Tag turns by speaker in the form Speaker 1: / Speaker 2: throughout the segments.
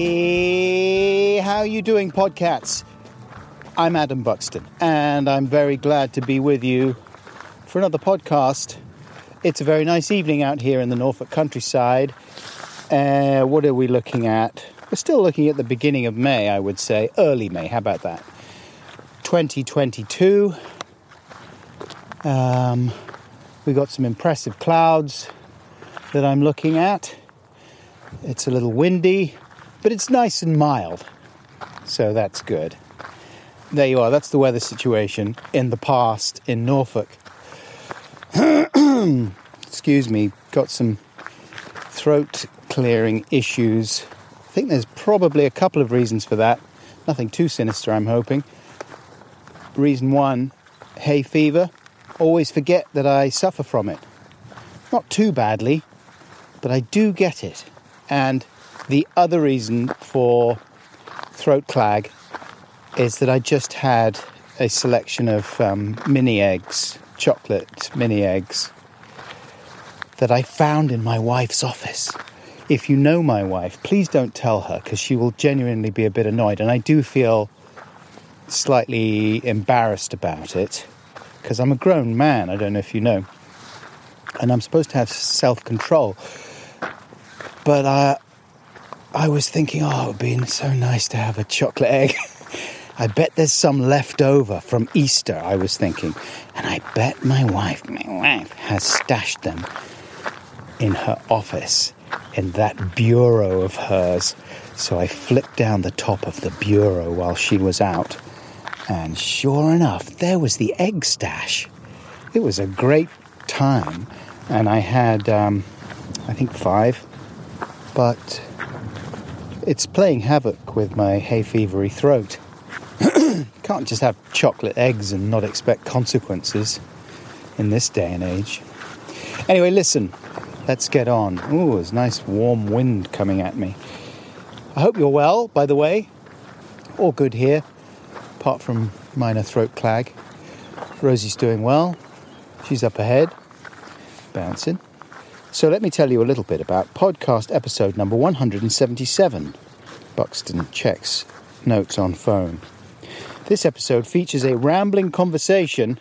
Speaker 1: Hey, how you doing, podcasts? I'm Adam Buxton, and I'm very glad to be with you for another podcast. It's a very nice evening out here in the Norfolk countryside. Uh, what are we looking at? We're still looking at the beginning of May, I would say, early May. How about that? 2022. Um, we got some impressive clouds that I'm looking at. It's a little windy, but it's nice and mild. So that's good. There you are. That's the weather situation in the past in Norfolk. Excuse me, got some throat clearing issues. I think there's probably a couple of reasons for that. Nothing too sinister, I'm hoping. Reason one hay fever. Always forget that I suffer from it. Not too badly, but I do get it. And the other reason for throat clag is that I just had a selection of um, mini eggs, chocolate mini eggs, that I found in my wife's office. If you know my wife, please don't tell her because she will genuinely be a bit annoyed. And I do feel slightly embarrassed about it because I'm a grown man, I don't know if you know, and I'm supposed to have self control. But I, I was thinking, oh, it would be so nice to have a chocolate egg. I bet there's some left over from Easter, I was thinking. And I bet my wife, my wife, has stashed them in her office, in that bureau of hers. So I flipped down the top of the bureau while she was out. And sure enough, there was the egg stash. It was a great time. And I had, um, I think, five. But it's playing havoc with my hay fevery throat. Can't just have chocolate eggs and not expect consequences in this day and age. Anyway, listen, let's get on. Ooh, there's a nice warm wind coming at me. I hope you're well, by the way. All good here, apart from minor throat clag. Rosie's doing well. She's up ahead, bouncing. So let me tell you a little bit about podcast episode number 177 Buxton Checks Notes on Phone. This episode features a rambling conversation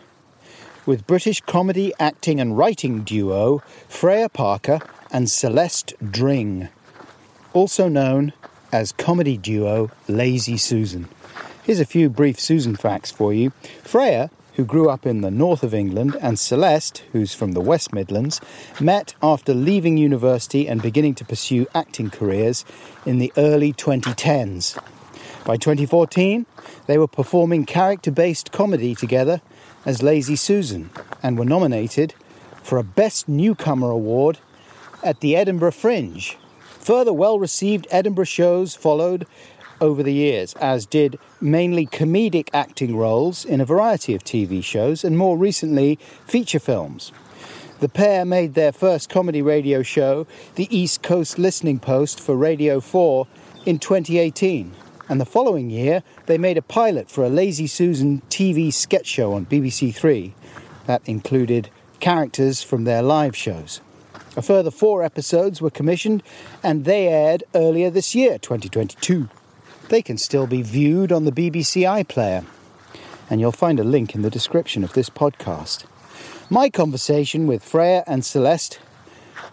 Speaker 1: with British comedy acting and writing duo Freya Parker and Celeste Dring, also known as comedy duo Lazy Susan. Here's a few brief Susan facts for you. Freya, who grew up in the north of England, and Celeste, who's from the West Midlands, met after leaving university and beginning to pursue acting careers in the early 2010s. By 2014, they were performing character based comedy together as Lazy Susan and were nominated for a Best Newcomer Award at the Edinburgh Fringe. Further well received Edinburgh shows followed over the years, as did mainly comedic acting roles in a variety of TV shows and more recently feature films. The pair made their first comedy radio show, the East Coast Listening Post, for Radio 4 in 2018. And the following year, they made a pilot for a Lazy Susan TV sketch show on BBC Three that included characters from their live shows. A further four episodes were commissioned and they aired earlier this year, 2022. They can still be viewed on the BBC iPlayer and you'll find a link in the description of this podcast. My conversation with Freya and Celeste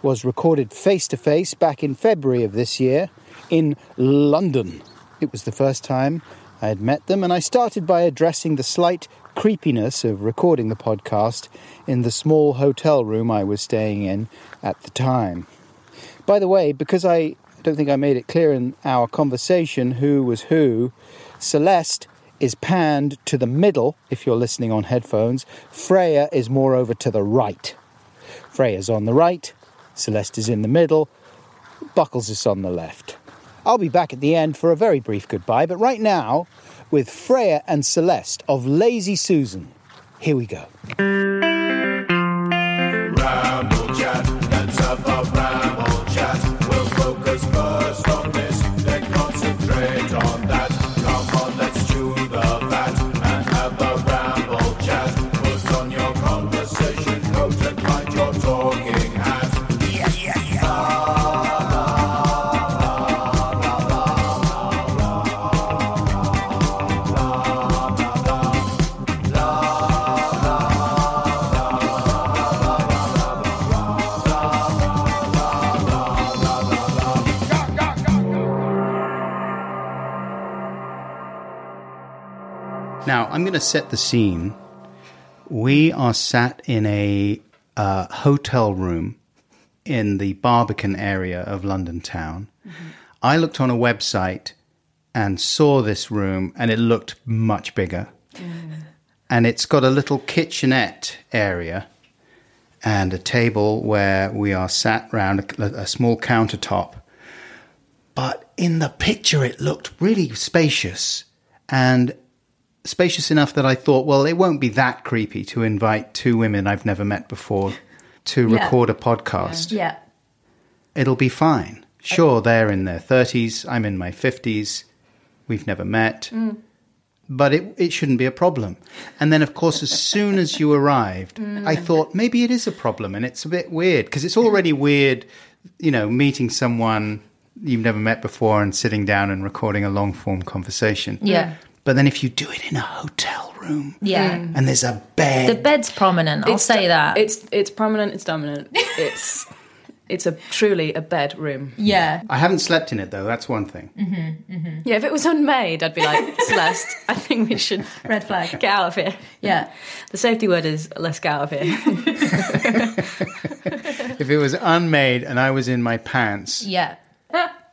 Speaker 1: was recorded face to face back in February of this year in London. It was the first time I had met them, and I started by addressing the slight creepiness of recording the podcast in the small hotel room I was staying in at the time. By the way, because I don't think I made it clear in our conversation who was who, Celeste is panned to the middle if you're listening on headphones. Freya is more over to the right. Freya's on the right, Celeste is in the middle, Buckles is on the left. I'll be back at the end for a very brief goodbye, but right now with Freya and Celeste of Lazy Susan. Here we go.
Speaker 2: Ramble chat, let's have a ramble chat. We'll focus first on this, then concentrate on that. Come on, let's chew the fat and have a ramble chat. Put on your conversation coat and find your talking hat.
Speaker 1: Now, I'm going to set the scene. We are sat in a uh, hotel room in the Barbican area of London town. I looked on a website and saw this room, and it looked much bigger. And it's got a little kitchenette area and a table where we are sat round a, a small countertop but in the picture it looked really spacious and spacious enough that I thought, well, it won't be that creepy to invite two women I've never met before to
Speaker 3: Yeah.
Speaker 1: record a podcast.
Speaker 3: Yeah.
Speaker 1: It'll be fine. Sure, they're in their 30s, I'm in my 50s, we've never met.
Speaker 3: Mm.
Speaker 1: But it, it shouldn't be a problem. And then, of course, as soon as you arrived,
Speaker 3: Mm.
Speaker 1: I thought maybe it is a problem and it's a bit weird because it's already
Speaker 3: Mm.
Speaker 1: weird, you know, meeting someone you've never met before and sitting down and recording a long form conversation.
Speaker 3: Yeah.
Speaker 1: But then if you do it in a hotel room
Speaker 3: Yeah.
Speaker 1: and there's a bed,
Speaker 3: The bed's prominent. I'll say
Speaker 4: do-
Speaker 3: that.
Speaker 4: It's it's prominent. It's dominant. It's it's a truly a bedroom.
Speaker 3: yeah.
Speaker 1: I haven't slept in it though, that's one thing.
Speaker 3: Mm.
Speaker 4: Yeah, if it was unmade, I'd be like Celeste. I think we should
Speaker 3: Red flag.
Speaker 4: get out of here.
Speaker 3: Yeah.
Speaker 4: The safety word is let's get out of here.
Speaker 1: If it was unmade and I was in my pants,
Speaker 3: Yeah.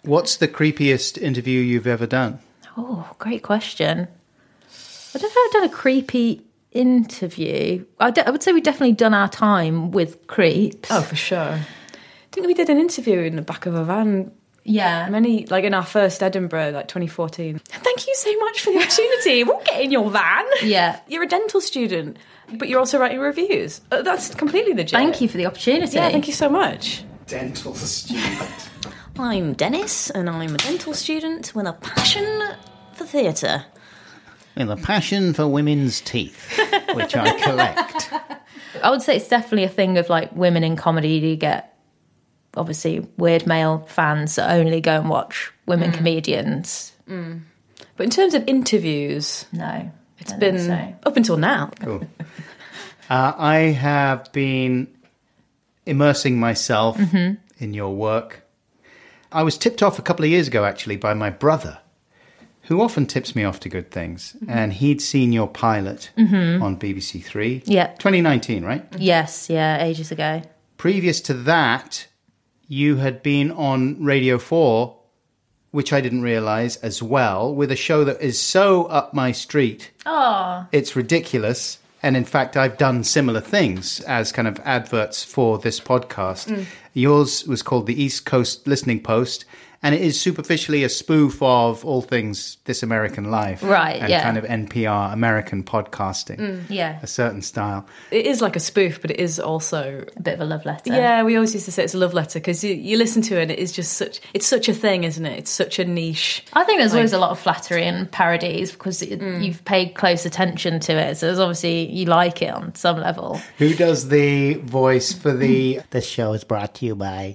Speaker 1: What's the creepiest interview you've ever done?
Speaker 3: Oh, great question. I don't know if I've done a creepy interview. I, d- I would say we've definitely done our time with creeps.
Speaker 4: Oh, for sure. Didn't we did an interview in the back of a van?
Speaker 3: yeah.
Speaker 4: Many like in our first Edinburgh, like 2014. Thank you so much for the opportunity. we'll get in your van.
Speaker 3: Yeah.
Speaker 4: You're a dental student, but you're also writing reviews. Uh, That's completely legit.
Speaker 3: Thank you for the opportunity.
Speaker 4: Yeah, thank you so much.
Speaker 1: Dental student.
Speaker 4: I'm Dennis, and I'm a dental student with a passion for theatre.
Speaker 1: With a passion for women's teeth, which I collect.
Speaker 3: I would say it's definitely a thing of like women in comedy. You get obviously weird male fans that only go and watch women comedians.
Speaker 4: But in terms of interviews,
Speaker 3: No. It's
Speaker 4: it's been up until now.
Speaker 1: Cool. Uh, I have been immersing myself in your work. I was tipped off a couple of years ago, actually, by my brother, who often tips me off to good things. And he'd seen your pilot on BBC Three.
Speaker 3: Yeah.
Speaker 1: 2019, right?
Speaker 3: Yes, yeah, ages ago.
Speaker 1: previous to that, you had been on Radio 4, which I didn't realize as well, with a show that is so up my street.
Speaker 3: Oh.
Speaker 1: It's ridiculous. And in fact, I've done similar things as kind of adverts for this podcast.
Speaker 3: Mm.
Speaker 1: Yours was called the East Coast Listening Post, and it is superficially a spoof of all things This American Life.
Speaker 3: Right,
Speaker 1: And
Speaker 3: yeah. Mm.
Speaker 1: kind of NPR American podcasting,
Speaker 3: Yeah.
Speaker 1: a certain style.
Speaker 4: It is like a spoof, but it is also
Speaker 3: A bit of a love letter.
Speaker 4: yeah. We always used to say it's a love letter because you, you listen to it, and it is just such it's such a thing, isn't it? It's such a niche.
Speaker 3: I think there's always a lot of flattery and parodies because it,
Speaker 1: Mm.
Speaker 3: you've paid close attention to it. So there's obviously you like it on some level.
Speaker 1: Who does the voice for the
Speaker 5: This show is brought to you by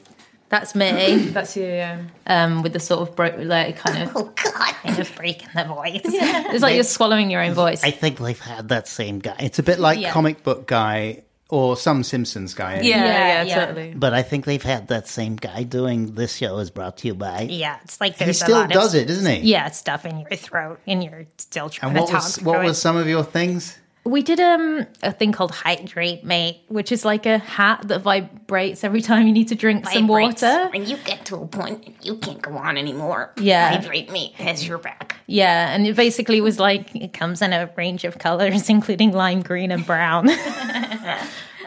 Speaker 3: That's me
Speaker 4: That's your yeah.
Speaker 3: um, with the sort of bro- like kind of
Speaker 5: Oh God!
Speaker 3: kind of break in the voice. It's like you're swallowing your own voice.
Speaker 5: I think we've had that same guy. It's
Speaker 1: It's a bit like
Speaker 3: Yeah.
Speaker 1: comic book guy or some Simpsons guy. anyway.
Speaker 4: Yeah, yeah,
Speaker 3: Yeah, yeah.
Speaker 4: totally.
Speaker 5: but I think they've had that same guy doing this show is brought to you by
Speaker 6: Yeah, it's like
Speaker 1: he
Speaker 6: there's a
Speaker 1: still
Speaker 6: lot
Speaker 1: does
Speaker 6: of
Speaker 1: it, doesn't he?
Speaker 6: yeah stuff in your throat, and you're still trying
Speaker 1: And what
Speaker 6: to talk.
Speaker 1: was
Speaker 6: through
Speaker 1: what
Speaker 6: it.
Speaker 1: was some of your things?
Speaker 3: We did um, a thing called hydrate mate, which is like a hat that vibrates every time you need to drink some
Speaker 6: Vibrates
Speaker 3: water.
Speaker 6: When you get to a point and you can't go on anymore,
Speaker 3: Yeah.
Speaker 6: hydrate me as your back.
Speaker 3: Yeah, and it basically was like it comes in a range of colors, including lime green and brown.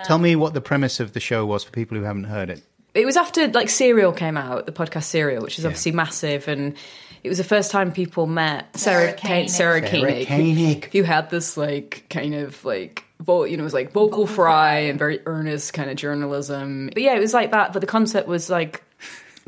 Speaker 1: Tell me what the premise of the show was for people who haven't heard it.
Speaker 4: It was after like Serial came out, the podcast Serial, which is obviously massive, and it was the first time people met Sarah
Speaker 3: Sarah
Speaker 4: Kane.
Speaker 3: Koenig.
Speaker 4: Sarah
Speaker 1: Sarah
Speaker 4: Koenig,
Speaker 1: Koenig.
Speaker 4: who had this like kind of like vo- you know, it was like vocal fry and very earnest kind of journalism. But yeah, it was like that. But the concept was like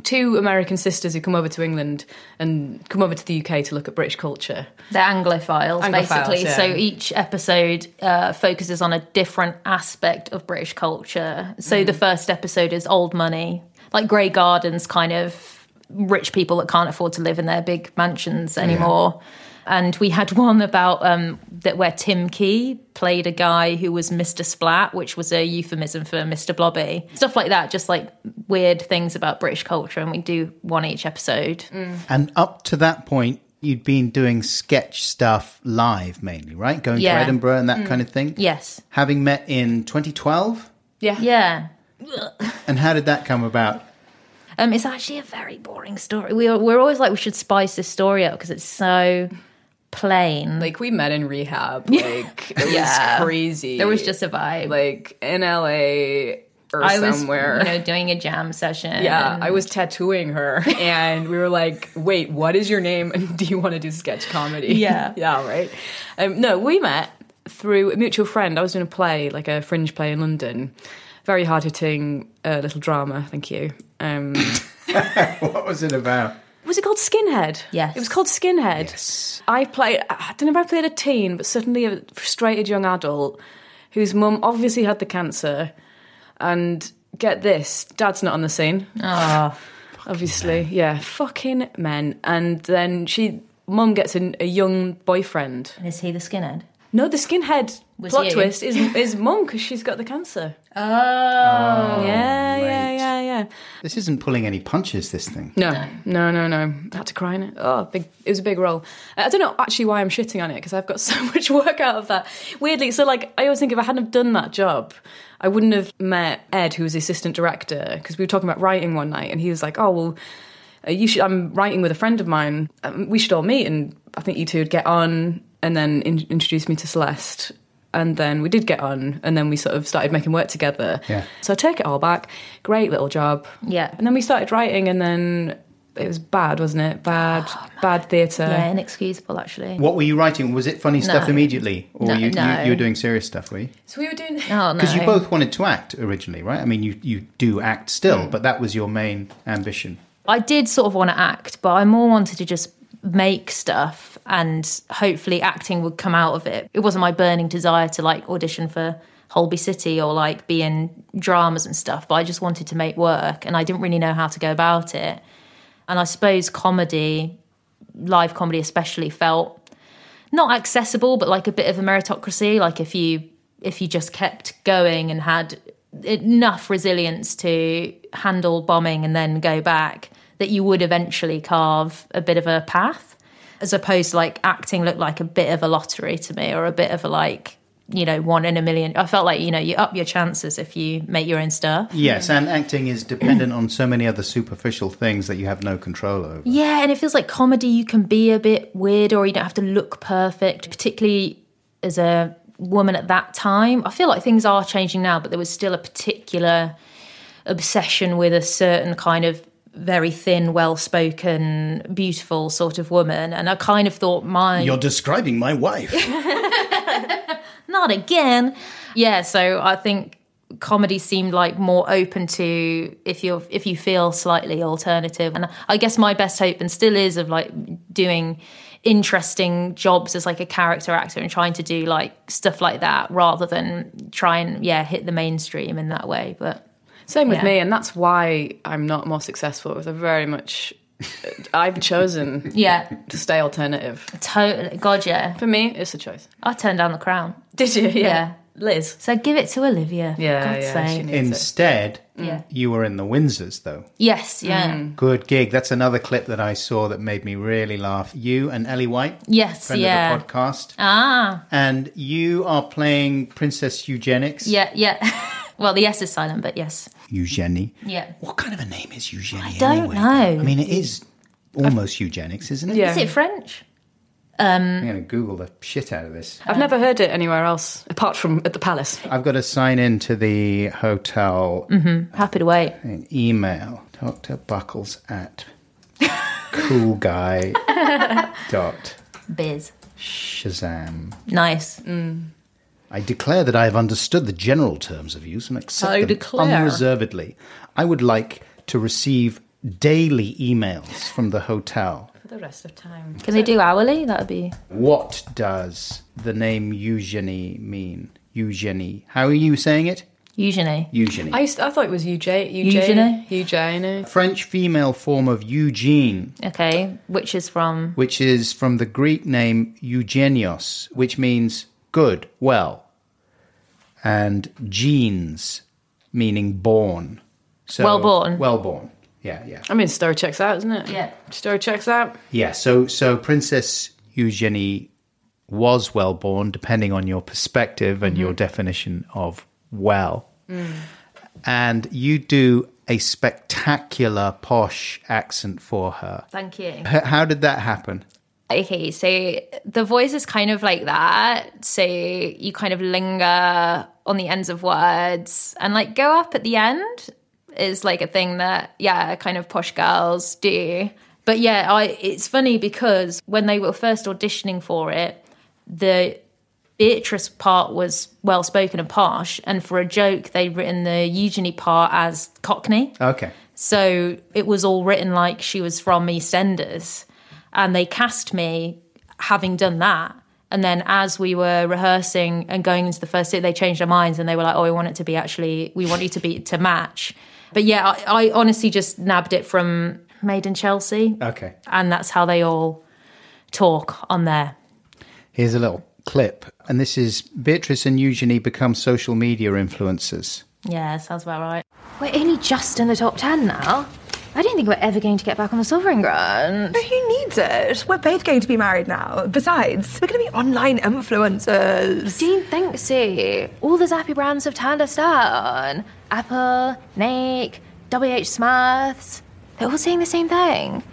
Speaker 4: two American sisters who come over to England and come over to the UK to look at British culture.
Speaker 3: They're Anglophiles,
Speaker 4: Anglophiles,
Speaker 3: basically.
Speaker 4: yeah.
Speaker 3: So each episode uh, focuses on a different aspect of British culture. So the first episode is old money, like Grey Gardens, kind of rich people that can't afford to live in their big mansions anymore. And we had one about um, that where Tim Key played a guy who was Mr. Splat, which was a euphemism for Mr. Blobby. Stuff like that, just like weird things about British culture. And we do one each episode.
Speaker 1: And up to that point, you'd been doing sketch stuff live mainly, right? Going
Speaker 3: Yeah.
Speaker 1: to Edinburgh and that kind of thing.
Speaker 3: Yes.
Speaker 1: Having met in 2012,
Speaker 4: Yeah,
Speaker 3: Yeah.
Speaker 1: and how did that come about?
Speaker 3: Um, it's actually a very boring story. We are, we're always like we should spice this story up because it's so plain.
Speaker 4: Like we met in rehab. Like it
Speaker 3: Yeah.
Speaker 4: was crazy.
Speaker 3: there was just a vibe.
Speaker 4: like in LA or
Speaker 3: I was,
Speaker 4: somewhere.
Speaker 3: you know, doing a jam session.
Speaker 4: yeah,
Speaker 3: and-
Speaker 4: I was tattooing her, and we were like, "Wait, what is your name? And do you want to do sketch comedy?"
Speaker 3: Yeah.
Speaker 4: yeah, right. Um, no, we met through a mutual friend. I was doing a play, like a fringe play in London, very hard hitting uh, little drama. Thank you. Um,
Speaker 1: What was it about?
Speaker 4: was it called Skinhead?
Speaker 3: Yes.
Speaker 4: It was called Skinhead.
Speaker 1: Yes.
Speaker 4: I played, I don't know if I played a teen, but certainly a frustrated young adult whose mum obviously had the cancer. And get this, dad's not on the scene.
Speaker 3: Ah.
Speaker 4: obviously. Yeah, fucking men. And then she, mum gets an, a young boyfriend.
Speaker 3: Is he the skinhead?
Speaker 4: No, the skinhead
Speaker 3: Was
Speaker 4: plot
Speaker 3: you.
Speaker 4: twist is, is mum because she's got the cancer.
Speaker 3: Oh,
Speaker 4: yeah, yeah,
Speaker 1: mate.
Speaker 4: yeah, yeah.
Speaker 1: This isn't pulling any punches, this thing.
Speaker 4: No, no, no, no. I had to cry in it. Oh, big, it was a big role. Uh, I don't know actually why I'm shitting on it because I've got so much work out of that. Weirdly, so like I always think if I hadn't have done that job, I wouldn't have met Ed, who was the assistant director, because we were talking about writing one night, and he was like, "Oh well, uh, you should." I'm writing with a friend of mine. Um, we should all meet, and I think you two would get on, and then in- introduce me to Celeste. And then we did get on, and then we sort of started making work together.
Speaker 1: Yeah.
Speaker 4: So I take it all back. Great little job.
Speaker 3: Yeah.
Speaker 4: And then we started writing, and then it was bad, wasn't it? Bad, bad theatre.
Speaker 3: yeah, inexcusable actually.
Speaker 1: What were you writing? Was it funny stuff
Speaker 3: No.
Speaker 1: immediately, or
Speaker 3: No,
Speaker 1: you,
Speaker 3: no.
Speaker 1: you you were doing serious stuff? Were you?
Speaker 4: So we were doing.
Speaker 3: Oh no,
Speaker 1: Because you both wanted to act originally, right? I mean, you you do act still,
Speaker 3: Mm.
Speaker 1: but that was your main ambition.
Speaker 3: I did sort of want to act, but I more wanted to just make stuff and hopefully acting would come out of it. It wasn't my burning desire to like audition for Holby City or like be in dramas and stuff, but I just wanted to make work and I didn't really know how to go about it. And I suppose comedy, live comedy especially, felt not accessible, but like a bit of a meritocracy. Like if you if you just kept going and had enough resilience to handle bombing and then go back, that you would eventually carve a bit of a path. As opposed to like acting looked like a bit of a lottery to me, or a bit of a like you know one in a million. I felt like you know you up your chances if you make your own stuff.
Speaker 1: Yes,
Speaker 3: Mm.
Speaker 1: and acting is dependent on so many other superficial things that you have no control over.
Speaker 3: Yeah, and it feels like comedy, you can be a bit weird or you don't have to look perfect, particularly as a woman at that time. I feel like things are changing now, but there was still a particular obsession with a certain kind of very thin, well spoken, beautiful sort of woman. And I kind of thought mine.
Speaker 1: describing my wife.
Speaker 3: not again. Yeah, so I think comedy seemed like more open to if you're if you feel slightly alternative and i guess my best hope and still is of like doing interesting jobs as like a character actor and trying to do like stuff like that rather than try and yeah hit the mainstream in that way but
Speaker 4: Same with
Speaker 3: Yeah.
Speaker 4: me, and that's why I'm not more successful. Because I very much, I've chosen
Speaker 3: yeah
Speaker 4: to stay alternative.
Speaker 3: totally god yeah
Speaker 4: For me, it's a choice.
Speaker 3: i turned down the crown
Speaker 4: Did you? Yeah,
Speaker 3: Yeah.
Speaker 4: Liz.
Speaker 3: so give it to olivia for
Speaker 4: Yeah,
Speaker 3: god's
Speaker 4: yeah, she
Speaker 3: sake
Speaker 4: needs it.
Speaker 1: Instead,
Speaker 3: Yeah.
Speaker 1: you were in the Windsors, though.
Speaker 3: yes yeah
Speaker 1: Good gig. That's another clip that I saw that made me really laugh. You and Ellie White,
Speaker 3: yes
Speaker 1: friend
Speaker 3: yeah
Speaker 1: of the podcast,
Speaker 3: ah
Speaker 1: and you are playing Princess Eugenics.
Speaker 3: Yeah, yeah. well, the S is silent, but yes.
Speaker 1: Eugenie.
Speaker 3: Yeah.
Speaker 1: What kind of a name is Eugenie? I
Speaker 3: don't know.
Speaker 1: I mean, it is almost eugenics, isn't it?
Speaker 4: Yeah.
Speaker 3: Is it French?
Speaker 1: I'm going to Google the shit out of this.
Speaker 4: I've never heard it anywhere else apart from at the palace.
Speaker 1: I've got to sign in to the hotel
Speaker 4: Mm.
Speaker 3: Happy to wait.
Speaker 1: an email. Dr. Buckles at cool guy dot
Speaker 3: Biz.
Speaker 1: Shazam.
Speaker 3: Nice.
Speaker 1: I declare that I have understood the general terms of use and accept
Speaker 4: I
Speaker 1: them
Speaker 4: declare.
Speaker 1: unreservedly. I would like to receive daily emails from the hotel.
Speaker 4: For the rest of time.
Speaker 3: Can they do hourly? That would be.
Speaker 1: What does the name Eugenie mean? Eugenie. How are you saying it?
Speaker 3: Eugenie.
Speaker 1: Eugenie.
Speaker 4: I used I thought it was UJ
Speaker 3: Eugene?
Speaker 4: UJ Eugene.
Speaker 1: French female form of Eugene.
Speaker 3: Okay. Which is from.
Speaker 1: which is from the Greek name Eugenios, which means good, well, and genes, meaning born. So,
Speaker 3: Well born.
Speaker 1: Well born. Yeah, yeah.
Speaker 4: I mean, story checks out, isn't it?
Speaker 3: Yeah.
Speaker 4: Story checks out.
Speaker 1: Yeah, so, so Princess Eugenie was well born, depending on your perspective and your definition of well. And you do a spectacular posh accent for her.
Speaker 3: Thank you.
Speaker 1: H- How did that happen?
Speaker 3: Okay, so the voice is kind of like that. So you kind of linger on the ends of words and like go up at the end is like a thing that, yeah, kind of posh girls do. But yeah, I, it's funny because when they were first auditioning for it, the Beatrice part was well spoken and posh. And for a joke, they'd written the Eugenie part as Cockney.
Speaker 1: Okay.
Speaker 3: So it was all written like she was from EastEnders. And they cast me having done that. And then as we were rehearsing and going into the first day, they changed their minds and they were like, oh, we want it to be actually, we want you to be to match. But yeah, I, I honestly just nabbed it from Made in Chelsea.
Speaker 1: Okay.
Speaker 3: And that's how they all talk on there.
Speaker 1: Here's a little clip, and this is Beatrice and Eugenie become social media influencers.
Speaker 3: Yeah, sounds about right.
Speaker 7: We're only just in the top 10 now. I don't think we're ever going to get back on the sovereign ground.
Speaker 8: Who needs it? We're both going to be married now. Besides, we're going to be online influencers.
Speaker 7: Don't think so. All the zappy brands have turned us down Apple, Nike, WH Smiths. They're all saying the same thing.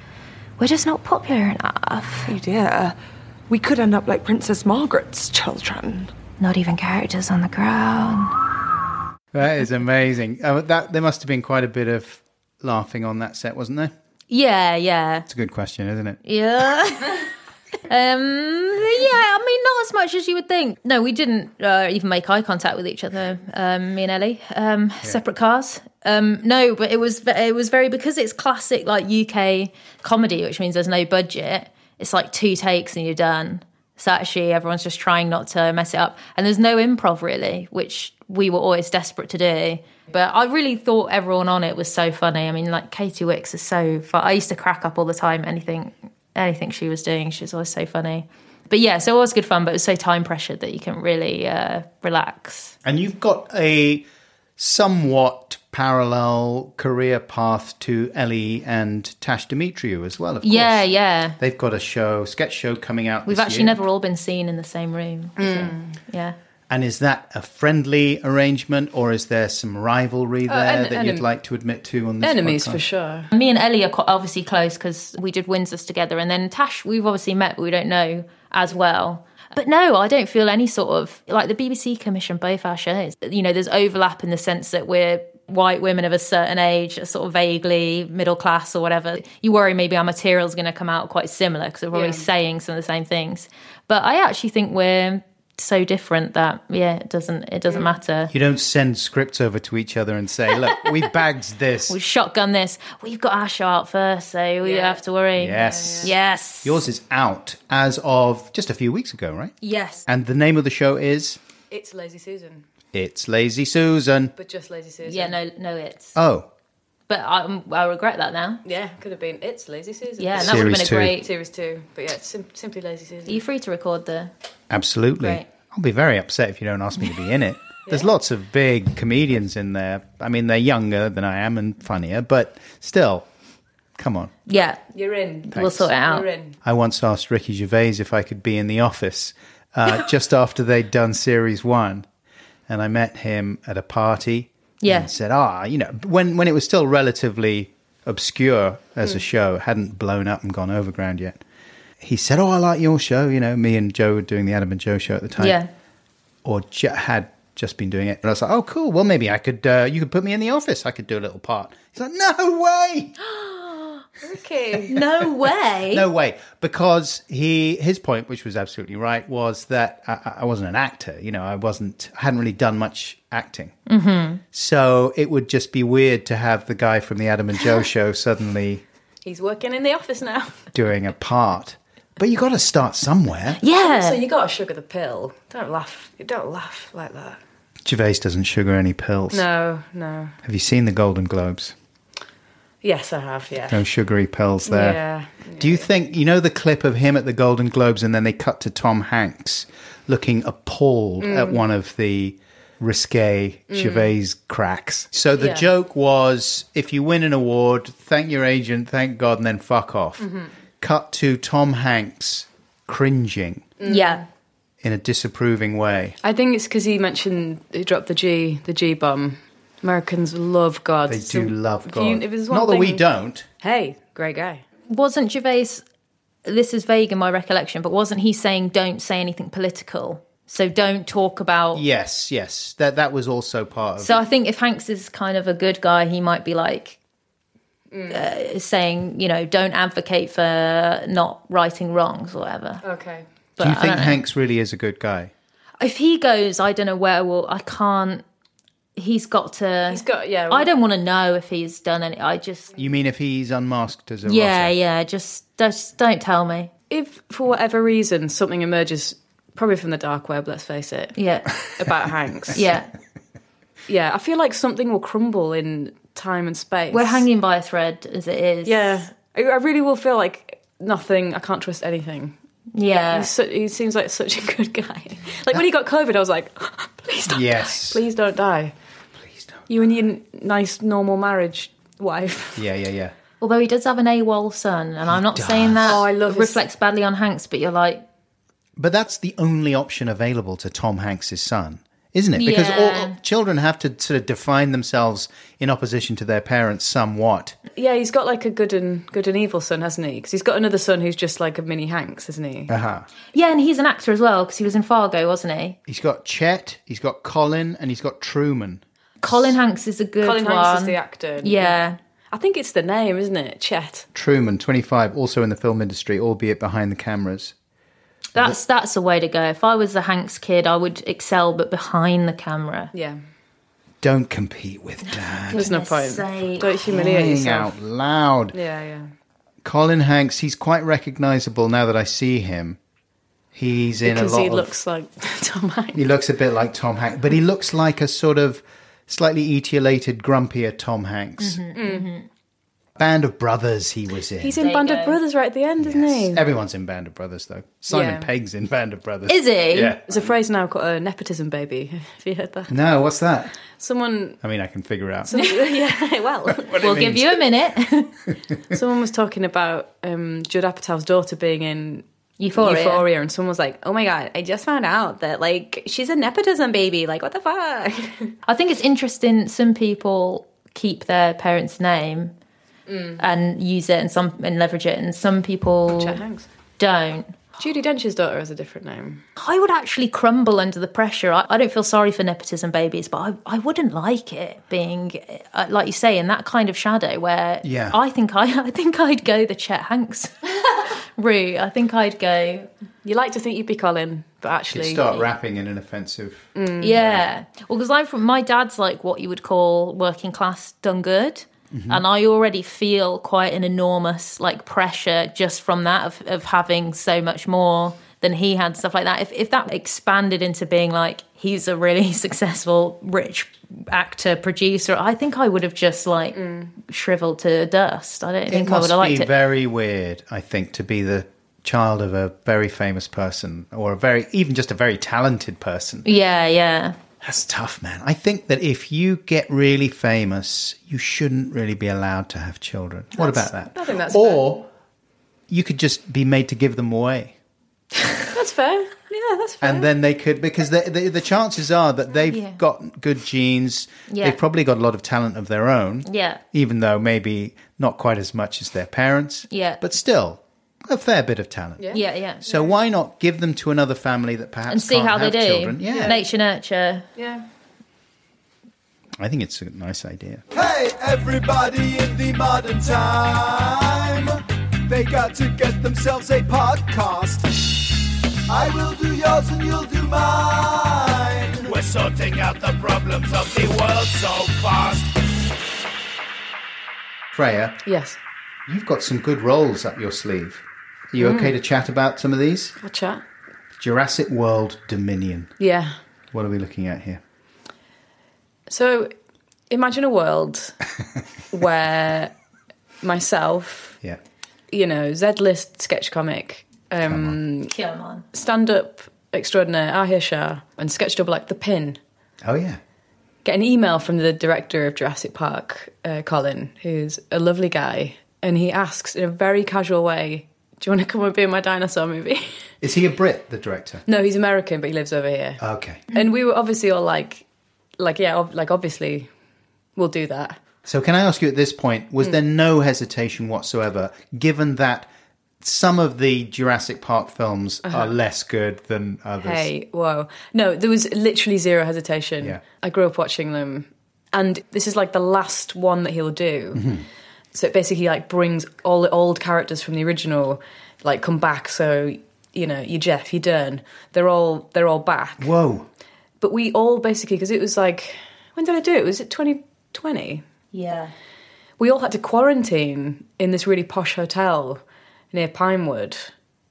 Speaker 7: We're just not popular enough.
Speaker 8: Oh dear. We could end up like Princess Margaret's children.
Speaker 7: Not even characters on the ground.
Speaker 1: That is amazing. Oh, that there must have been quite a bit of laughing on that set, wasn't there?
Speaker 3: Yeah, yeah.
Speaker 1: It's a good question, isn't it?
Speaker 3: Yeah. um yeah, I mean not as much as you would think. No, we didn't uh, even make eye contact with each other. Um, me and Ellie, um, separate cars. Um, no, but it was it was very because it's classic like UK comedy, which means there's no budget. It's like two takes and you're done. So actually, everyone's just trying not to mess it up, and there's no improv really, which we were always desperate to do. But I really thought everyone on it was so funny. I mean, like Katie Wicks is so. Fun. I used to crack up all the time. Anything, anything she was doing, she was always so funny. But yeah, so it was good fun, but it was so time pressured that you couldn't really uh, relax.
Speaker 1: And you've got a somewhat parallel career path to Ellie and Tash Dimitriou as well. Of course.
Speaker 3: Yeah, yeah.
Speaker 1: They've got a show, sketch show coming out.
Speaker 3: We've
Speaker 1: this
Speaker 3: actually
Speaker 1: year.
Speaker 3: never all been seen in the same room. so, yeah.
Speaker 1: And is that a friendly arrangement, or is there some rivalry
Speaker 3: Uh,
Speaker 1: there
Speaker 4: en-
Speaker 1: that you'd
Speaker 4: enem-
Speaker 1: like to admit to on this?
Speaker 4: Enemies
Speaker 1: podcast?
Speaker 4: for sure.
Speaker 3: Me and Ellie are co- obviously close because we did Windsor's together, and then Tash we've obviously met, but we don't know as well. But no, I don't feel any sort of like the BBC commission both our shows. You know, there's overlap in the sense that we're white women of a certain age, sort of vaguely middle class or whatever. You worry maybe our material's going to come out quite similar because we're probably saying some of the same things. But I actually think we're so different that yeah, it doesn't it doesn't matter.
Speaker 1: You don't send scripts over to each other and say, "Look, we bagged this."
Speaker 3: We shotgun this. We've got our show out first, so we don't have to worry.
Speaker 1: Yes.
Speaker 3: Yes.
Speaker 1: Yours is out as of just a few weeks ago, right?
Speaker 3: Yes.
Speaker 1: And the name of the show is
Speaker 4: It's Lazy Susan,
Speaker 1: It's Lazy Susan.
Speaker 4: but just Lazy Susan.
Speaker 3: yeah, no, no, it's.
Speaker 1: Oh,
Speaker 3: But I, I regret that now.
Speaker 4: Yeah, could have been. It's Lazy Susan.
Speaker 3: Yeah, and that would have
Speaker 1: Series
Speaker 3: been a
Speaker 1: two.
Speaker 3: great. Are
Speaker 4: series two, but yeah, it's sim- simply Lazy Susan.
Speaker 3: you free to record the?
Speaker 1: absolutely.
Speaker 3: Right.
Speaker 1: I'll be very upset if you don't ask me to be in it. There's lots of big comedians in there. I mean, they're younger than I am and funnier, but still, come on.
Speaker 3: Yeah,
Speaker 4: You're in.
Speaker 3: we'll sort it out.
Speaker 4: You're in.
Speaker 1: I once asked Ricky Gervais if I could be in the office uh, just after they'd done series one, and I met him at a party.
Speaker 3: Yeah.
Speaker 1: and said, "Ah, you know, when when it was
Speaker 3: Hmm.
Speaker 1: still relatively obscure as a show, hadn't blown up and gone overground yet." he said, "Oh, I like your show." You know, me and Joe were doing the Adam and Joe show at the time,
Speaker 3: Yeah.
Speaker 1: or ju- had just been doing it, and I was like, "Oh, cool. Well, maybe I could. Uh, you could put me in the office. I could do a little part." He's like, "No way,
Speaker 4: Okay.
Speaker 3: No way.
Speaker 1: no way," because he his point, which was absolutely right, was that I- I, I wasn't an actor. You know, I wasn't I hadn't really done much acting, mm-hmm. so it would just be weird to have the guy from the Adam and Joe show suddenly
Speaker 4: He's working in the office now.
Speaker 1: doing a part. But you got to start somewhere.
Speaker 3: Yeah.
Speaker 4: So you got to sugar the pill. Don't laugh. Don't laugh like that.
Speaker 1: Gervais doesn't sugar any pills.
Speaker 4: No, no.
Speaker 1: Have you seen the Golden Globes?
Speaker 4: Yes, I have. Yeah.
Speaker 1: No sugary pills there.
Speaker 4: Yeah.
Speaker 1: Do you think you know the clip of him at the Golden Globes and then they cut to Tom Hanks looking appalled at one of the risque Gervais cracks? So the
Speaker 4: Yeah.
Speaker 1: joke was if you win an award, thank your agent, thank God, and then fuck off. Cut to Tom Hanks cringing
Speaker 3: yeah.
Speaker 1: in a disapproving way.
Speaker 4: I think it's because he mentioned he dropped the G, the G bomb. Americans love God.
Speaker 1: They
Speaker 4: So
Speaker 1: do love
Speaker 4: if
Speaker 1: God.
Speaker 4: you- if there's one
Speaker 1: Not that we
Speaker 4: thing-
Speaker 1: don't.
Speaker 4: Hey, great guy.
Speaker 3: Wasn't Gervais, this is vague in my recollection, but wasn't he saying don't say anything political? So don't talk about.
Speaker 1: Yes, yes. That that was also part of
Speaker 3: So I think if Hanks is kind of a good guy, he might be like
Speaker 4: Mm.
Speaker 3: uh, saying, you know, don't advocate for not righting wrongs or whatever.
Speaker 4: Okay.
Speaker 3: But
Speaker 1: Do you
Speaker 3: I
Speaker 1: think
Speaker 3: don't know.
Speaker 1: Hanks really is a good guy?
Speaker 3: if he goes, I don't know where will I can't. He's got to.
Speaker 4: He's got yeah.
Speaker 3: I don't want to know if he's done any. I just.
Speaker 1: You mean if he's unmasked as a
Speaker 3: Yeah,
Speaker 1: rotter?
Speaker 3: yeah. Just, just don't tell me.
Speaker 4: If for whatever reason something emerges, probably from the dark web. Let's face it.
Speaker 3: Yeah,
Speaker 4: About Hanks.
Speaker 3: yeah.
Speaker 4: Yeah. I feel like something will crumble in time and space.
Speaker 3: We're hanging by a thread as it is.
Speaker 4: Yeah. I, I really will feel like nothing. I can't trust anything.
Speaker 3: yeah.
Speaker 4: He's su- he seems like such a good guy. Like when he got COVID, I was like, please don't
Speaker 1: Yes.
Speaker 4: die. Please don't die.
Speaker 1: Please don't.
Speaker 4: You and your n- nice, normal marriage wife.
Speaker 1: Yeah, yeah, yeah.
Speaker 3: Although he does have an AWOL son, and I'm not saying that
Speaker 4: Oh, I love his-
Speaker 3: reflects badly on Hanks, but you're like,
Speaker 1: But that's the only option available to Tom Hanks's son, isn't it? Because all,
Speaker 3: Yeah.
Speaker 1: children have to sort of define themselves in opposition to their parents somewhat.
Speaker 4: Yeah, he's got like a good and good and evil son, hasn't he? Because he's got another son who's just like a mini Hanks, isn't he?
Speaker 1: Uh-huh.
Speaker 3: yeah, and he's an actor as well because he was in Fargo, wasn't he?
Speaker 1: He's got Chet, he's got Colin, and he's got Truman.
Speaker 3: Colin Hanks is a good
Speaker 4: Colin
Speaker 3: one.
Speaker 4: Hanks is the actor.
Speaker 3: yeah,
Speaker 4: I think it's the name, isn't it? Chet.
Speaker 1: Truman, 25, also in the film industry, albeit behind the cameras.
Speaker 3: that's that's a way to go. If I was a Hanks kid, I would excel, but behind the camera.
Speaker 4: Yeah.
Speaker 1: Don't compete with dad.
Speaker 4: There's no
Speaker 3: Goodness
Speaker 4: point.
Speaker 3: sake.
Speaker 4: Don't humiliate
Speaker 1: Crying
Speaker 4: yourself.
Speaker 1: out loud.
Speaker 4: Yeah, yeah.
Speaker 1: Colin Hanks, he's quite recognizable now that I see him. He's in
Speaker 4: Because
Speaker 1: a lot
Speaker 4: he
Speaker 1: of
Speaker 4: looks like Tom Hanks.
Speaker 1: He looks a bit like Tom Hanks, but he looks like a sort of slightly etiolated, grumpier Tom Hanks.
Speaker 3: Mm-hmm.
Speaker 1: Band of Brothers, he was in.
Speaker 4: He's in
Speaker 3: There you
Speaker 4: Band
Speaker 3: go.
Speaker 4: of Brothers right at the end, isn't he?
Speaker 1: Everyone's in Band of Brothers, though. Simon
Speaker 4: Yeah.
Speaker 1: Pegg's in Band of Brothers.
Speaker 3: Is he?
Speaker 1: Yeah.
Speaker 4: There's a phrase now called a nepotism baby. Have you heard that?
Speaker 1: No, what's that?
Speaker 4: Someone,
Speaker 1: I mean, I can figure out.
Speaker 4: yeah, well,
Speaker 1: what it
Speaker 3: We'll give
Speaker 1: means.
Speaker 3: you a minute.
Speaker 4: someone was talking about um, Judd Apatow's daughter being in
Speaker 3: Euphoria.
Speaker 4: Euphoria, and someone was like, "Oh my god, I just found out that like she's a nepotism baby. Like, what the fuck?"
Speaker 3: I think it's interesting. Some people keep their parents' name
Speaker 4: Mm.
Speaker 3: and use it, and some and leverage it, and some people
Speaker 4: Chet Hanks.
Speaker 3: don't.
Speaker 4: Judy Dench's daughter has a different name.
Speaker 3: I would actually crumble under the pressure. I, I don't feel sorry for nepotism babies, but I, I wouldn't like it being, uh, like you say, in that kind of shadow where
Speaker 1: Yeah.
Speaker 3: I think I, I think I'd go the Chet Hanks route. I think I'd go,
Speaker 4: You like to think you'd be Colin, but
Speaker 1: You'd
Speaker 4: actually,
Speaker 1: start rapping in an offensive.
Speaker 3: Mm, yeah. Well, because I'm from my dad's like what you would call working class done good.
Speaker 1: Mm-hmm.
Speaker 3: And I already feel quite an enormous like pressure just from that of, of having so much more than he had, stuff like that. If if that expanded into being like he's a really successful rich actor producer, I think I would have just like shriveled to dust. I don't
Speaker 1: Mm. It
Speaker 3: think I would
Speaker 1: must
Speaker 3: have liked
Speaker 1: be
Speaker 3: it.
Speaker 1: very weird, I think, to be the child of a very famous person or a very, even just a very talented person.
Speaker 3: yeah, yeah.
Speaker 1: That's tough, man. I think that if you get really famous, you shouldn't really be allowed to have children. what about that?
Speaker 4: I think that's
Speaker 1: or you could just be made to give them away.
Speaker 4: that's fair. Yeah, that's fair.
Speaker 1: And then they could, because they, they, the chances are that they've
Speaker 3: Yeah.
Speaker 1: got good genes.
Speaker 3: Yeah.
Speaker 1: They've probably got a lot of talent of their own.
Speaker 3: Yeah.
Speaker 1: Even though maybe not quite as much as their parents.
Speaker 3: Yeah.
Speaker 1: But still, a fair bit of talent.
Speaker 4: Yeah.
Speaker 3: Yeah, yeah.
Speaker 1: So why not give them to another family that perhaps
Speaker 3: and see
Speaker 1: can't
Speaker 3: how they
Speaker 1: have
Speaker 3: do.
Speaker 1: children? Yeah,
Speaker 3: Nature nurture.
Speaker 4: Yeah.
Speaker 1: I think it's a nice idea.
Speaker 2: Hey, everybody in the modern time. They got to get themselves a podcast. I will do yours and you'll do mine. We're sorting out the problems of the world so fast.
Speaker 1: Freya,
Speaker 4: Yes.
Speaker 1: you've got some good roles up your sleeve. Are you
Speaker 4: Hmm.
Speaker 1: okay to chat about some of these?
Speaker 4: We'll chat.
Speaker 1: Jurassic World Dominion.
Speaker 4: Yeah.
Speaker 1: What are we looking at here?
Speaker 4: So imagine a world where myself,
Speaker 1: Yeah.
Speaker 4: you know, Z list sketch comic, um,
Speaker 3: Kill 'em on.
Speaker 4: stand up extraordinaire Ahir Shah, and sketch double like The Pin
Speaker 1: Oh yeah.
Speaker 4: get an email from the director of Jurassic Park, uh, Colin, who's a lovely guy, and he asks in a very casual way, "Do you want to come and be in my dinosaur movie?"
Speaker 1: Is he a Brit, the director?
Speaker 4: no, he's American, but he lives over here,
Speaker 1: Okay.
Speaker 4: and we were obviously all like, "Like, yeah, ob- like obviously, we'll do that."
Speaker 1: So, can I ask you at this point,
Speaker 4: Hmm.
Speaker 1: was there no hesitation whatsoever, given that some of the Jurassic Park films are less good than others?
Speaker 4: Uh-huh. Hey, whoa. No, there was literally zero hesitation.
Speaker 1: Yeah.
Speaker 4: I grew up watching them. And this is like the last one that he'll do.
Speaker 1: Mm-hmm.
Speaker 4: So it basically like brings all the old characters from the original like come back. So, you know, you Jeff, you Dern, they're all they're all back.
Speaker 1: Whoa.
Speaker 4: But we all basically because it was like when did I do it? Was it 2020?
Speaker 3: Yeah.
Speaker 4: we all had to quarantine in this really posh hotel near Pinewood,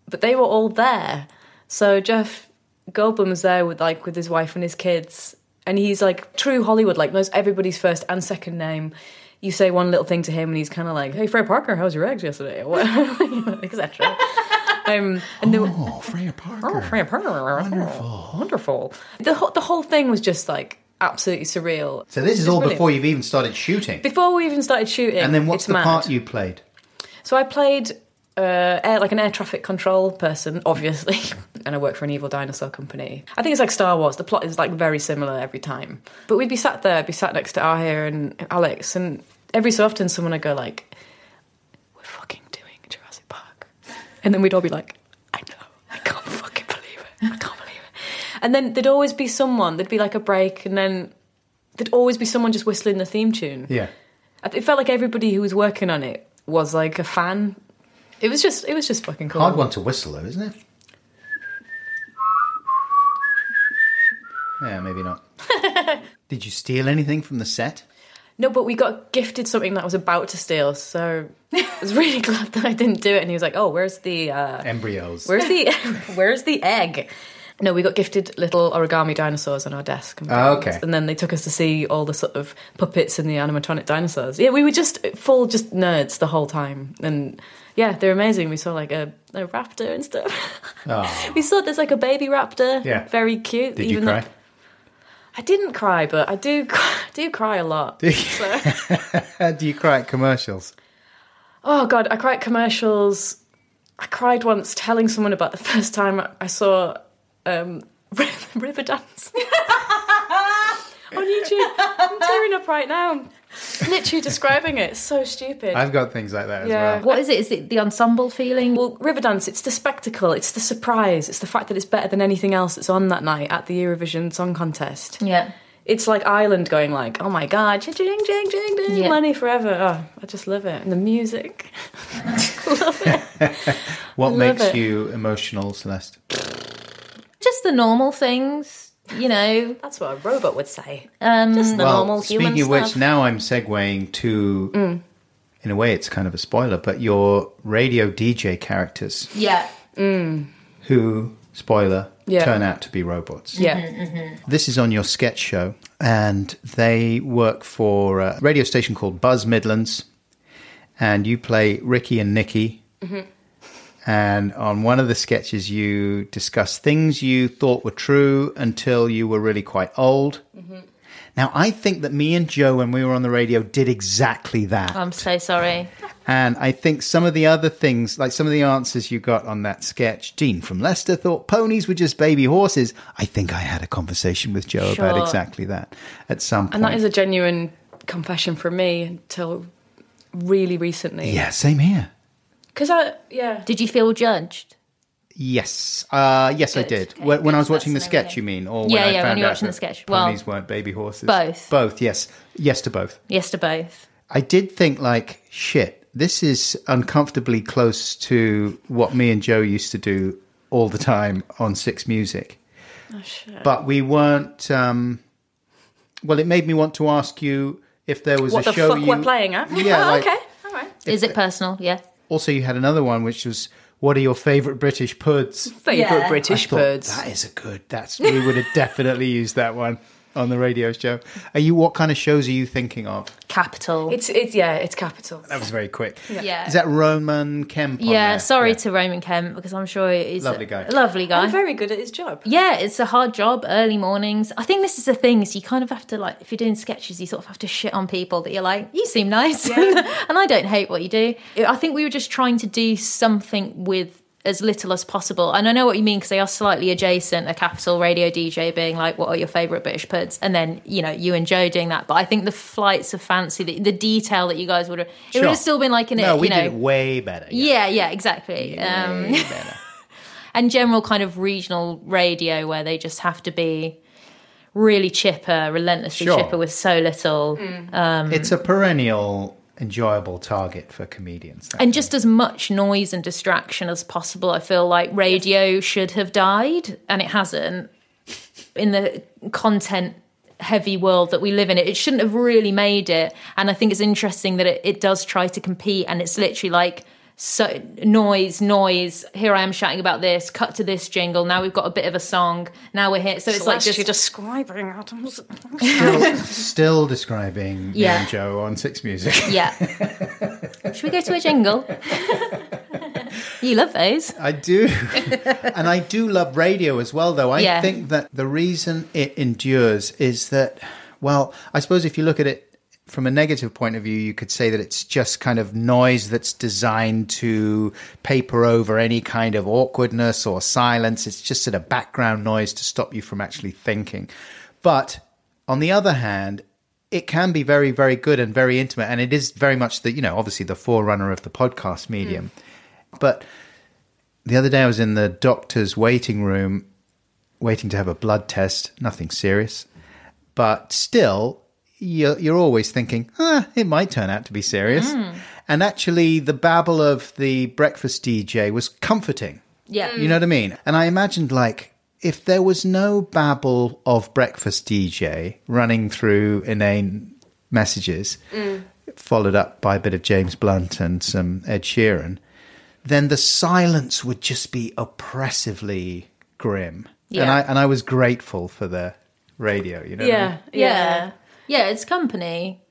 Speaker 4: but they were all there. So Jeff Goldblum was there with like with his wife and his kids, and he's like true Hollywood, like knows everybody's first and second name. You say one little thing to him, and he's kind of like, "Hey, Fred Parker, how was your eggs yesterday?" Or whatever, etc. Um, and there were,
Speaker 1: Oh, Freya Parker.
Speaker 4: Oh, Fran Perner. Wonderful. Wonderful. The, whole- the whole thing was just like absolutely surreal.
Speaker 1: so, this is
Speaker 4: It's
Speaker 1: all
Speaker 4: brilliant.
Speaker 1: before you've even started shooting.
Speaker 4: Before we even started shooting.
Speaker 1: and then what's
Speaker 4: it's
Speaker 1: the
Speaker 4: mad.
Speaker 1: part you played?
Speaker 4: So I played uh, air, like an air traffic control person, obviously, and I work for an evil dinosaur company. I think it's like Star Wars. The plot is like very similar every time. But we'd be sat there, be sat next to Ahir and Alex, and every so often someone would go like, "We're fucking doing Jurassic Park," and then we'd all be like, "I know, I can't fucking believe it, I can't believe it." And then there'd always be someone. There'd be like a break, and then there'd always be someone just whistling the theme tune.
Speaker 1: Yeah.
Speaker 4: It felt like everybody who was working on it was like a fan. It was just, it was just fucking cool.
Speaker 1: Hard one to whistle, though, isn't it? Yeah, maybe not. Did you steal anything from the set?
Speaker 4: No, but we got gifted something that I was about to steal, so I was really glad that I didn't do it. And he was like, "Oh, where's the, uh,
Speaker 1: Embryos.
Speaker 4: where's the, where's the egg?" No, we got gifted little origami dinosaurs on our desk. And
Speaker 1: Oh, okay.
Speaker 4: And then they took us to see all the sort of puppets and the animatronic dinosaurs. Yeah, we were just full just nerds the whole time. And yeah, they're amazing. We saw like a, a raptor and stuff.
Speaker 1: Oh.
Speaker 4: We saw there's like a baby raptor.
Speaker 1: Yeah.
Speaker 4: Very cute.
Speaker 1: Did you
Speaker 4: even though-
Speaker 1: cry?
Speaker 4: I didn't cry, but I do cry, do cry a lot.
Speaker 1: Uh, Do you cry at commercials?
Speaker 4: Oh god, I cry at commercials. I cried once telling someone about the first time I saw um, River Dance on YouTube. I'm tearing up right now. Literally describing it. It's so stupid.
Speaker 1: I've got things like that as
Speaker 4: Yeah.
Speaker 1: well.
Speaker 3: What is it? Is it the ensemble feeling?
Speaker 4: Well, Riverdance, it's the spectacle, it's the surprise, it's the fact that it's better than anything else that's on that night at the Eurovision Song Contest.
Speaker 3: Yeah.
Speaker 4: it's like Ireland going like, oh my god, ching ching ching ching ching,
Speaker 3: Yeah.
Speaker 4: money forever. Oh, I just love it. And the music, love it.
Speaker 1: What
Speaker 4: Love
Speaker 1: makes
Speaker 4: it.
Speaker 1: you emotional, Celeste?
Speaker 3: Just the normal things, you know.
Speaker 4: That's what a robot would say.
Speaker 3: Um,
Speaker 4: Just the normal
Speaker 1: speaking
Speaker 4: human
Speaker 1: of which,
Speaker 4: stuff. Mm.
Speaker 1: now I'm segueing to, in a way, it's kind of a spoiler, but your radio DJ characters
Speaker 3: yeah.
Speaker 1: who, spoiler,
Speaker 4: Yeah.
Speaker 1: turn out to be robots.
Speaker 3: mm-hmm,
Speaker 4: yeah,
Speaker 1: This is on your sketch show, and they work for a radio station called Buzz Midlands, and you play Ricky and Nikki. And on one of the sketches, you discuss things you thought were true until you were really quite old. Now, I think that me and Joe, when we were on the radio, did exactly that.
Speaker 3: I'm so sorry.
Speaker 1: And I think some of the other things, like some of the answers you got on that sketch, Dean from Leicester thought ponies were just baby horses. I think I had a conversation with Joe about
Speaker 4: Sure.
Speaker 1: exactly that at some point.
Speaker 4: and that is a genuine confession from me until really recently.
Speaker 1: yeah, same here.
Speaker 4: Because I, yeah.
Speaker 3: Did you feel judged?
Speaker 1: Yes, uh, yes, I
Speaker 3: Good.
Speaker 1: did.
Speaker 3: Okay,
Speaker 1: when when
Speaker 3: good.
Speaker 1: I was watching the
Speaker 3: That's an
Speaker 1: sketch, you mean, or
Speaker 3: Yeah,
Speaker 1: when
Speaker 3: yeah,
Speaker 1: I
Speaker 3: when
Speaker 1: found
Speaker 3: you were
Speaker 1: out
Speaker 3: watching
Speaker 1: that
Speaker 3: the sketch. Well-
Speaker 1: ponies weren't baby horses.
Speaker 3: Both.
Speaker 1: both, yes, yes to both.
Speaker 3: Yes to both.
Speaker 1: I did think like shit. This is uncomfortably close to what me and Joe used to do all the time on Six Music.
Speaker 4: Oh,
Speaker 1: But we weren't. Um, well, it made me want to ask you if there was
Speaker 4: What
Speaker 1: a
Speaker 4: the
Speaker 1: show
Speaker 4: fuck
Speaker 1: you
Speaker 4: we're playing at?
Speaker 1: Yeah, like-
Speaker 4: okay. All right.
Speaker 3: Is it personal? Yeah.
Speaker 1: Also, you had another one which was what are your favorite British puds?
Speaker 4: Favorite British
Speaker 1: thought,
Speaker 4: birds.
Speaker 1: That is a good. That's we would have definitely used that one on the radio show. Are you? What kind of shows are you thinking of?
Speaker 3: Capital.
Speaker 4: It's it's yeah, it's capital.
Speaker 1: That was very quick.
Speaker 3: Yeah.
Speaker 1: Is that Roman Kemp? on
Speaker 3: yeah,
Speaker 1: there?
Speaker 3: sorry to Roman Kemp because I'm sure he's
Speaker 1: Lovely
Speaker 3: a-
Speaker 1: guy.
Speaker 3: Lovely guy.
Speaker 4: I'm very good at his job.
Speaker 3: yeah, it's a hard job. Early mornings. I think this is the thing. Is you kind of have to like, if you're doing sketches, you sort of have to shit on people that you're like, you seem nice, and I don't hate what you do. I think we were just trying to do something with as little as possible. And I know what you mean because they are slightly adjacent. A capital radio DJ being like, "What are your favourite British puds?" and then you know you and Joe doing that. But I think the flights of fancy, the, the detail that you guys would have, it would
Speaker 1: Sure.
Speaker 3: have still been like in
Speaker 1: No,
Speaker 3: it,
Speaker 1: we
Speaker 3: you know.
Speaker 1: did it way better.
Speaker 3: Yeah, yeah, exactly. Um, and general kind of regional radio where they just have to be really chipper, relentlessly
Speaker 1: Sure.
Speaker 3: chipper with so little,
Speaker 1: It's a perennial enjoyable target for comedians. that.
Speaker 3: and just as much noise and distraction as possible. I feel like radio should have died, and it hasn't. In the content heavy world that we live in, it shouldn't have really made it. And I think it's interesting that it, it does try to compete, and it's literally like. So noise, noise. Here I am shouting about this. Cut to this jingle. Now we've got a bit of a song. Now we're here. So it's like
Speaker 4: Celeste,
Speaker 3: just
Speaker 4: you're describing atoms.
Speaker 1: still, still describing me
Speaker 3: Yeah.
Speaker 1: and Joe on Six Music.
Speaker 3: Yeah. Should we go to a jingle? you love those.
Speaker 1: I do. and I do love radio as well, though. I
Speaker 3: Yeah.
Speaker 1: think that the reason it endures is that, well, I suppose if you look at it from a negative point of view, you could say that it's just kind of noise that's designed to paper over any kind of awkwardness or silence. It's just sort of background noise to stop you from actually thinking. But on the other hand, it can be very, very good and very intimate. And it is very much the, you know, obviously the forerunner of the podcast medium. But the other day I was in the doctor's waiting room waiting to have a blood test, nothing serious. But still, you're, you're always thinking, ah, it might turn out to be serious. And actually, the babble of the breakfast DJ was comforting.
Speaker 3: Yeah.
Speaker 1: You know what I mean? And I imagined, like, if there was no babble of breakfast DJ running through inane messages, followed up by a bit of James Blunt and some Ed Sheeran, then the silence would just be oppressively grim. And
Speaker 3: Yeah.
Speaker 1: I and I was grateful for the radio, you know. what I mean?
Speaker 4: Yeah, yeah.
Speaker 3: Yeah. Yeah, it's company.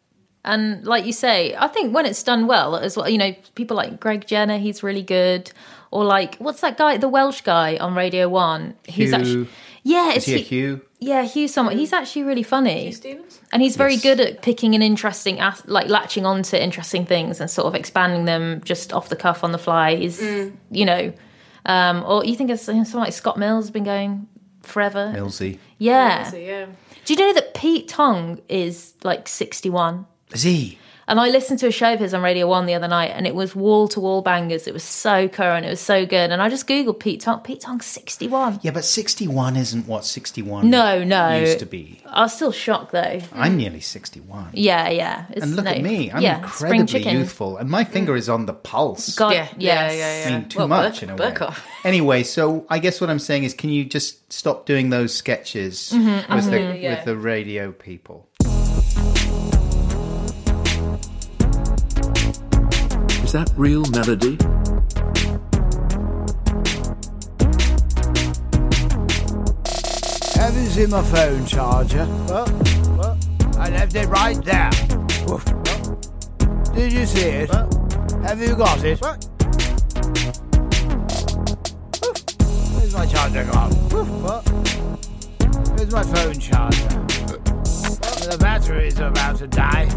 Speaker 3: And like you say, I think when it's done well as well, you know, people like Greg Jenner, he's really good. Or like, what's that guy, the Welsh guy on Radio One? He's
Speaker 1: Hugh-
Speaker 3: actually yeah, it's
Speaker 1: Is he a
Speaker 3: Hugh-
Speaker 1: Hugh?
Speaker 3: Yeah, Hugh Sommer. He's actually really funny.
Speaker 4: Stevens?
Speaker 3: And he's very
Speaker 1: Yes.
Speaker 3: good at picking an interesting, ath- like latching onto interesting things and sort of expanding them just off the cuff on the fly. He's,
Speaker 4: Mm.
Speaker 3: you know, um, or you think it's you know, someone like Scott Mills has been going forever.
Speaker 1: Millsy.
Speaker 3: Yeah.
Speaker 4: So, yeah.
Speaker 3: Do you know that Pete Tong is like 61?
Speaker 1: Is he?
Speaker 3: And I listened to a show of his on Radio One the other night, and it was wall to wall bangers. It was so current, it was so good. And I just googled Pete Tong. Pete Tong's sixty-one.
Speaker 1: Yeah, but sixty one isn't what sixty one
Speaker 3: No, no.
Speaker 1: used to be.
Speaker 3: I was still shocked though.
Speaker 1: I'm nearly sixty one.
Speaker 3: Yeah, yeah. It's,
Speaker 1: And look
Speaker 3: no-
Speaker 1: at me. I'm
Speaker 3: yeah, spring
Speaker 1: incredibly
Speaker 3: chicken. Mm.
Speaker 1: youthful. And my finger is on the pulse.
Speaker 3: God,
Speaker 4: Yeah, yeah,
Speaker 3: yes.
Speaker 4: yeah,
Speaker 1: I mean, too
Speaker 4: Well,
Speaker 1: much
Speaker 4: Burke-
Speaker 1: in a way.
Speaker 4: Burke off.
Speaker 1: Anyway, so I guess what I'm saying is, can you just stop doing those sketches
Speaker 3: Mm-hmm,
Speaker 1: with, the, with the radio people?
Speaker 9: Is that real melody?
Speaker 2: Have is in my phone charger. What? What? I left it right there. Woof. Did you see it? Have you got it? What? Woof. Where's my charger gone? Woof. What? Where's my phone charger? Well, the battery's about to die.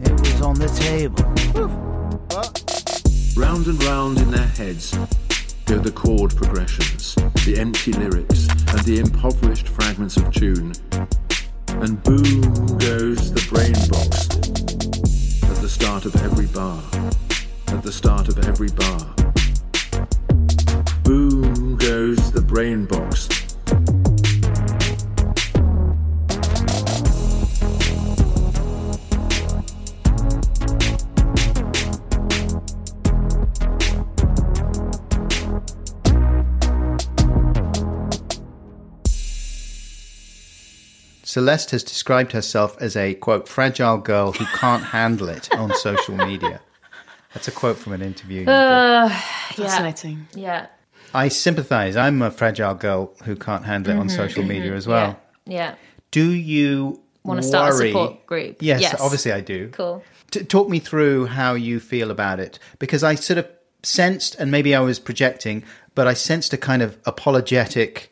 Speaker 2: It was on the table. Woof. What?
Speaker 9: Round and round in their heads go the chord progressions, the empty lyrics, and the impoverished fragments of tune. And boom goes the brain box at the start of every bar. at the start of every bar. Boom goes the brain box.
Speaker 1: Celeste has described herself as a quote fragile girl who can't handle it on social media. That's a quote from an interview. you did.
Speaker 3: Uh.
Speaker 4: Fascinating.
Speaker 3: Yeah.
Speaker 1: I sympathize. I'm a fragile girl who can't handle it on social media as well.
Speaker 3: Mm-hmm, Yeah.
Speaker 1: Do you
Speaker 3: Want to start a
Speaker 1: worry-
Speaker 3: support group?
Speaker 1: Yes,
Speaker 3: Yes.
Speaker 1: obviously I do.
Speaker 3: Cool.
Speaker 1: T- talk me through how you feel about it because I sort of sensed, and maybe I was projecting, but I sensed a kind of apologetic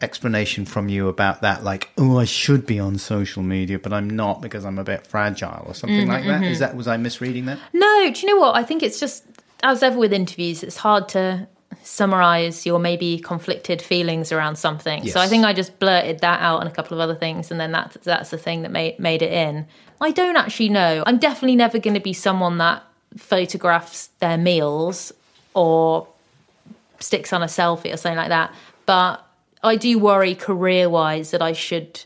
Speaker 1: explanation from you about that. Like, oh, I should be on social media, but I'm not because I'm a bit fragile or something like that. Is that was I misreading that?
Speaker 3: Mm-hmm, No, do you know what? I think it's just, as ever with interviews, it's hard to summarize your maybe conflicted feelings around something. So I
Speaker 1: Yes.
Speaker 3: think I just blurted that out and a couple of other things, and then that's that's the thing that made made it in. I don't actually know. I'm definitely never going to be someone that photographs their meals or sticks on a selfie or something like that. But I do worry career wise that I should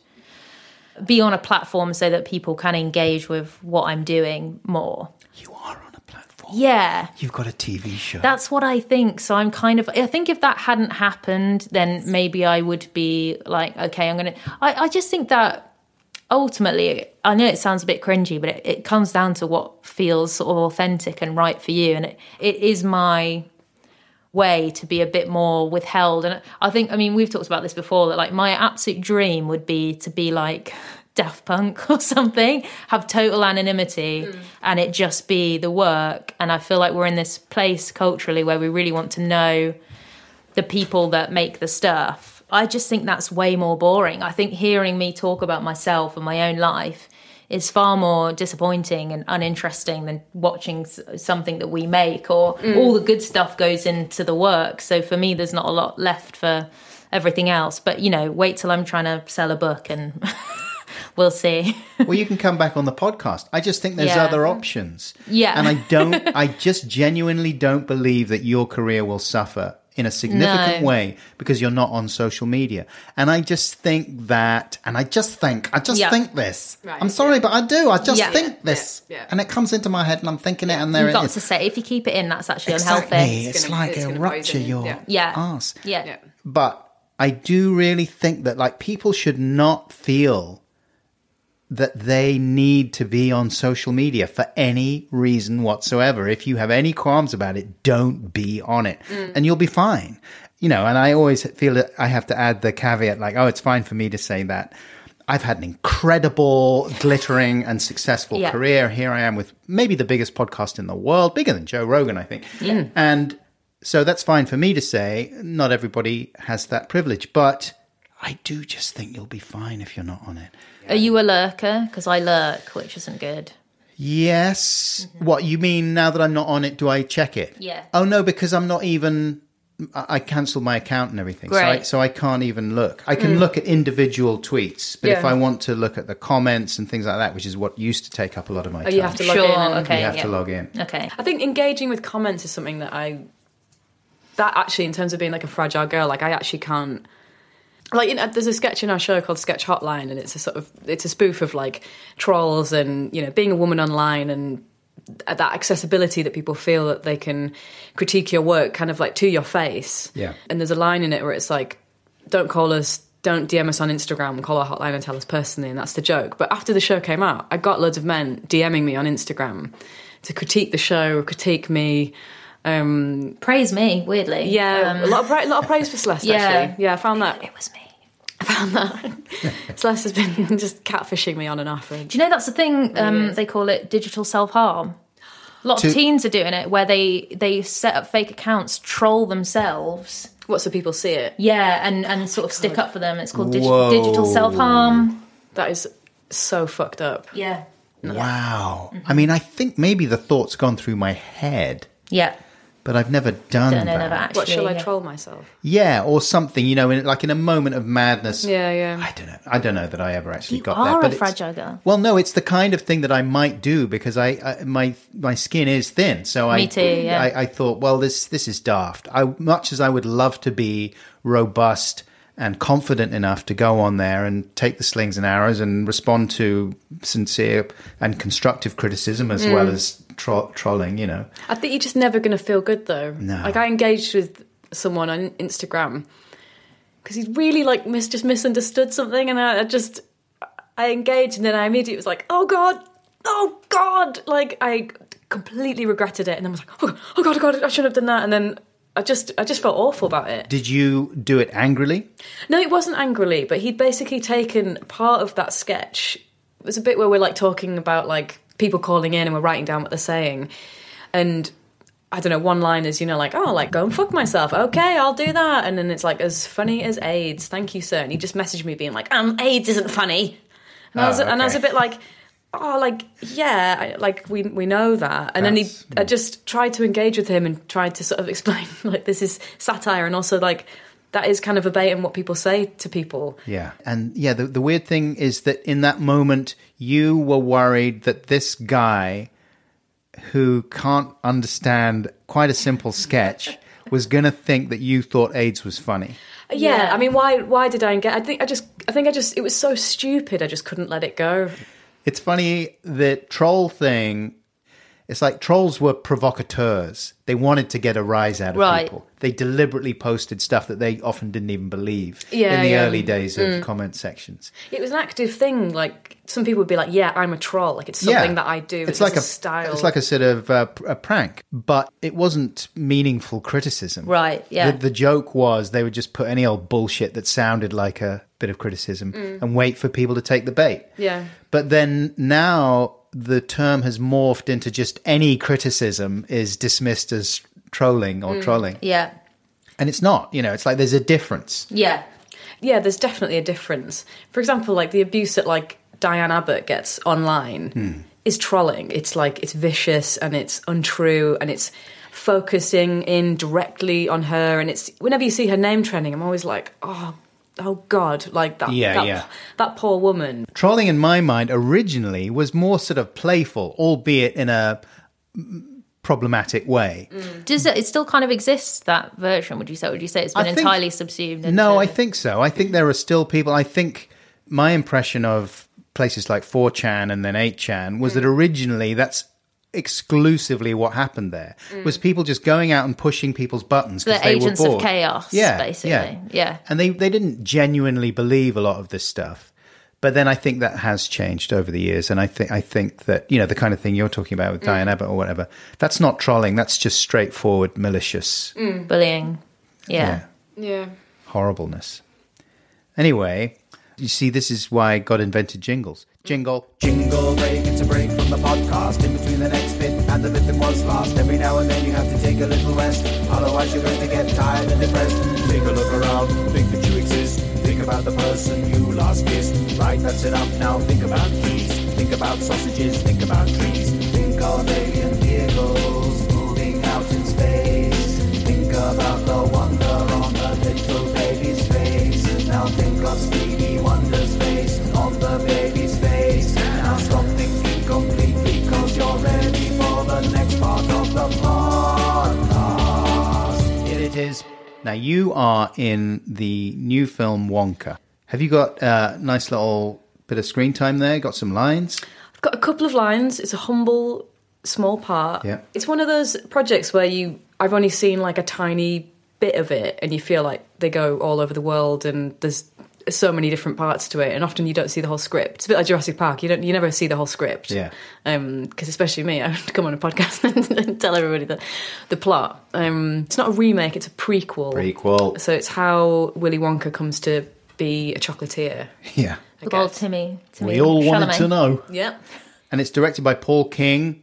Speaker 3: be on a platform so that people can engage with what I'm doing more.
Speaker 1: You are on a platform.
Speaker 3: Yeah,
Speaker 1: You've got a TV show.
Speaker 3: that's what I think. So I'm kind of, I think if that hadn't happened, then maybe I would be like, okay, I'm going to, I just think that ultimately, I know it sounds a bit cringy, but it, it comes down to what feels sort of authentic and right for you. And it, it is my way to be a bit more withheld. And I think, I mean, we've talked about this before that like my absolute dream would be to be like Daft Punk or something, have total anonymity and it just be the work. And I feel like we're in this place culturally where we really want to know the people that make the stuff. I just think that's way more boring. I think hearing me talk about myself and my own life is far more disappointing and uninteresting than watching s- something that we make or all the good stuff goes into the work. So for me, there's not a lot left for everything else. But, you know, wait till I'm trying to sell a book and we'll see.
Speaker 1: well, you can come back on the podcast. I just think there's
Speaker 3: Yeah.
Speaker 1: other options.
Speaker 3: Yeah.
Speaker 1: And I don't, I just genuinely don't believe that your career will suffer in a significant
Speaker 3: No.
Speaker 1: way because you're not on social media. And I just think that, and I just think, I just
Speaker 3: Yeah.
Speaker 1: think this.
Speaker 4: Right,
Speaker 1: I'm sorry, but I do. I just
Speaker 3: Yeah.
Speaker 1: think this.
Speaker 4: yeah, yeah.
Speaker 1: And it comes into my head and I'm thinking it and there
Speaker 3: You've
Speaker 1: it
Speaker 3: got
Speaker 1: is.
Speaker 3: to say, if you keep it in, that's actually
Speaker 1: exactly.
Speaker 3: unhealthy.
Speaker 1: It's,
Speaker 4: gonna-
Speaker 1: like
Speaker 4: it's
Speaker 1: a
Speaker 4: gonna
Speaker 1: rupture
Speaker 4: poison you.
Speaker 1: your
Speaker 4: Yeah.
Speaker 3: Yeah.
Speaker 1: ass
Speaker 3: Yeah.
Speaker 4: Yeah.
Speaker 1: but I do really think that like people should not feel that they need to be on social media for any reason whatsoever. If you have any qualms about it, don't be on it and you'll be fine. You know, and I always feel that I have to add the caveat like, oh, it's fine for me to say that. I've had an incredible, glittering, and successful
Speaker 3: Yeah.
Speaker 1: career. Here I am with maybe the biggest podcast in the world, bigger than Joe Rogan, I think. And so that's fine for me to say. Not everybody has that privilege, but I do just think you'll be fine if you're not on it.
Speaker 3: Are you a lurker? Because I lurk, which isn't good.
Speaker 1: Yes. What you mean now that I'm not on it, do I check it?
Speaker 3: Yeah.
Speaker 1: Oh no, because I'm not even I I cancelled my account and everything. So I
Speaker 3: Great.
Speaker 1: so I can't even look. I can look at individual tweets, but if
Speaker 4: Yeah.
Speaker 1: I want to look at the comments and things like that, which is what used to take up a lot of my time.
Speaker 4: you have to log
Speaker 3: Sure.
Speaker 4: in. And,
Speaker 3: okay.
Speaker 1: you Oh, have
Speaker 3: yeah.
Speaker 1: to log in.
Speaker 3: Okay.
Speaker 4: I think engaging with comments is something that I that actually in terms of being like a fragile girl, like I actually can't like you know, there's a sketch in our show called Sketch Hotline and it's a sort of it's a spoof of like trolls and you know being a woman online and that accessibility that people feel that they can critique your work kind of like to your face.
Speaker 1: Yeah.
Speaker 4: And there's a line in it where it's like don't call us don't DM us on Instagram, call our hotline and tell us personally, and that's the joke. But after the show came out, I got loads of men DMing me on Instagram to critique the show, critique me. Um,
Speaker 3: Praise me, weirdly.
Speaker 4: yeah, a lot of pra- a lot of praise for Celeste.
Speaker 3: Yeah.
Speaker 4: actually. Um, yeah, I found that
Speaker 3: It was me.
Speaker 4: Celeste has been just catfishing me on and off. And
Speaker 3: Do you know that's the thing um, they call it digital self harm? A lot
Speaker 1: To-
Speaker 3: of teens are doing it where they they set up fake accounts, troll themselves,
Speaker 4: what so people see it?
Speaker 3: yeah, and and sort of stick up for them. It's called digi-
Speaker 1: Whoa.
Speaker 3: digital self harm.
Speaker 4: That is so fucked up.
Speaker 3: Yeah,
Speaker 1: Wow. I mean, I think maybe the thought's gone through my head
Speaker 3: yeah,
Speaker 1: but I've never done
Speaker 3: Don't know,
Speaker 1: that.
Speaker 3: never actually.
Speaker 4: What shall I
Speaker 3: yeah.
Speaker 4: troll myself?
Speaker 1: Yeah, or something, you know, in, like in a moment of madness.
Speaker 4: Yeah, yeah.
Speaker 1: I don't know. I don't know that I ever actually
Speaker 3: You
Speaker 1: got
Speaker 3: are
Speaker 1: that.
Speaker 3: a
Speaker 1: it's-
Speaker 3: fragile girl.
Speaker 1: Well, no, it's the kind of thing that I might do because I, I my my skin is thin, so I,
Speaker 3: Me too, yeah.
Speaker 1: I I thought, well, this this is daft. I much as I would love to be robust and confident enough to go on there and take the slings and arrows and respond to sincere and constructive criticism as well
Speaker 3: Mm.
Speaker 1: as tro- trolling, you know.
Speaker 4: I think you're just never going to feel good though.
Speaker 1: No.
Speaker 4: Like I engaged with someone on Instagram because he'd really like mis- just misunderstood something, and I, I just I engaged, and then I immediately was like, "Oh god, oh god!" Like I completely regretted it, and then was like, "Oh god, oh god, oh god I shouldn't have done that," and then. I just, I just felt awful about it.
Speaker 1: Did you do it angrily?
Speaker 4: No, it wasn't angrily, but he'd basically taken part of that sketch. It was a bit where we're like talking about like people calling in and we're writing down what they're saying. And I don't know, one line is, you know, like, oh, like, go and fuck myself. Okay, I'll do that. And then it's like, as funny as AIDS. Thank you, sir. And he just messaged me being like, um, AIDS isn't funny. And, I, was,
Speaker 1: Oh,
Speaker 4: and I was a
Speaker 1: okay.
Speaker 4: bit like, oh, like, yeah, I, like, we, we know that. And
Speaker 1: That's-
Speaker 4: then he, I just tried to engage with him and tried to sort of explain, like, this is satire. And also, like, that is kind of verbatim what people say to people.
Speaker 1: Yeah. And yeah, the, the weird thing is that in that moment, you were worried that this guy who can't understand quite a simple sketch was going to think that you thought AIDS was funny.
Speaker 4: Uh, Yeah,
Speaker 3: Yeah.
Speaker 4: I mean, why? Why did I engage? I think I just, I think I just, it was so stupid. I just couldn't let it go.
Speaker 1: It's funny that troll thing. It's like trolls were provocateurs. They wanted to get a rise out of
Speaker 3: Right.
Speaker 1: people. They deliberately posted stuff that they often didn't even believe
Speaker 4: Yeah,
Speaker 1: in the
Speaker 4: yeah.
Speaker 1: early days of comment sections.
Speaker 4: It was an active thing. Like some people would be like, "Yeah, I'm a troll." Like it's something that I do. It's, like a, style.
Speaker 1: It's like a sort of uh, pr- a prank, but it wasn't meaningful criticism.
Speaker 3: Right, yeah.
Speaker 1: The, the joke was they would just put any old bullshit that sounded like a bit of criticism and wait for people to take the bait.
Speaker 4: Mm. Yeah.
Speaker 1: But then now the term has morphed into just any criticism is dismissed as trolling
Speaker 4: Mm.
Speaker 1: or trolling,
Speaker 3: Yeah.
Speaker 1: and it's not. You know, it's like there's a difference.
Speaker 3: Yeah.
Speaker 4: yeah, there's definitely a difference. For example, like the abuse that like Diane Abbott gets online
Speaker 1: Hmm.
Speaker 4: is trolling. It's like it's vicious and it's untrue and it's focusing in directly on her. And it's whenever you see her name trending, I'm always like, oh, oh God, like that.
Speaker 1: Yeah,
Speaker 4: that,
Speaker 1: yeah.
Speaker 4: That poor woman.
Speaker 1: Trolling, in my mind, originally was more sort of playful, albeit in a mm, problematic way.
Speaker 3: Does it, it still kind of exists that version? Would you say? Would you say it's been
Speaker 1: I think-
Speaker 3: entirely subsumed? Into,
Speaker 1: No, I think so. I think there are still people. I think my impression of places like 4chan and then 8chan was
Speaker 3: Mm.
Speaker 1: that originally that's exclusively what happened there was people just going out and pushing people's buttons because
Speaker 3: Mm. The
Speaker 1: they
Speaker 3: agents
Speaker 1: were
Speaker 3: of
Speaker 1: bored.
Speaker 3: chaos, basically. Yeah.
Speaker 1: and they they didn't genuinely believe a lot of this stuff but then I think that has changed over the years, and I think I think that you know the kind of thing you're talking about with
Speaker 3: Mm.
Speaker 1: Diane Abbott or whatever. That's not trolling. That's just straightforward malicious
Speaker 3: bullying. Mm. yeah.
Speaker 4: Yeah.
Speaker 1: horribleness. Anyway, you see, this is why God invented jingles. Jingle, jingle.
Speaker 2: jingle break. It's a break from the podcast in between the next bit and the bit that was last. Every now and then you have to take a little rest, otherwise you're going to get tired and depressed. Take a look around, think that you exist. Think about the person you last kissed. Right, that's enough now. Think about keys, think about sausages, think about trees. Think of alien vehicles moving out in space. Think about the wonder on the little baby's face. Now think of Stevie Wonder's face on the baby's face. Now stop thinking completely because you're ready for the next part of the podcast.
Speaker 1: Here it is. Now you are in the new film Wonka. Have you got a nice little bit of screen time there? Got some lines?
Speaker 4: I've got a couple of lines. It's a humble, small part.
Speaker 1: Yeah.
Speaker 4: It's one of those projects where you I've only seen like a tiny bit of it and you feel like they go all over the world and there's so many different parts to it and often you don't see the whole script. It's a bit like Jurassic Park. You don't you never see the whole script.
Speaker 1: Yeah.
Speaker 4: Um because especially me, I would come on a podcast and, and tell everybody the the plot. Um it's not a remake, it's a prequel.
Speaker 1: Prequel.
Speaker 4: So it's how Willy Wonka comes to be a chocolatier.
Speaker 1: Yeah.
Speaker 3: The bold Timmy. Timmy
Speaker 1: We all wanted
Speaker 3: Chalamet.
Speaker 1: to know.
Speaker 4: Yep.
Speaker 1: And it's directed by Paul King,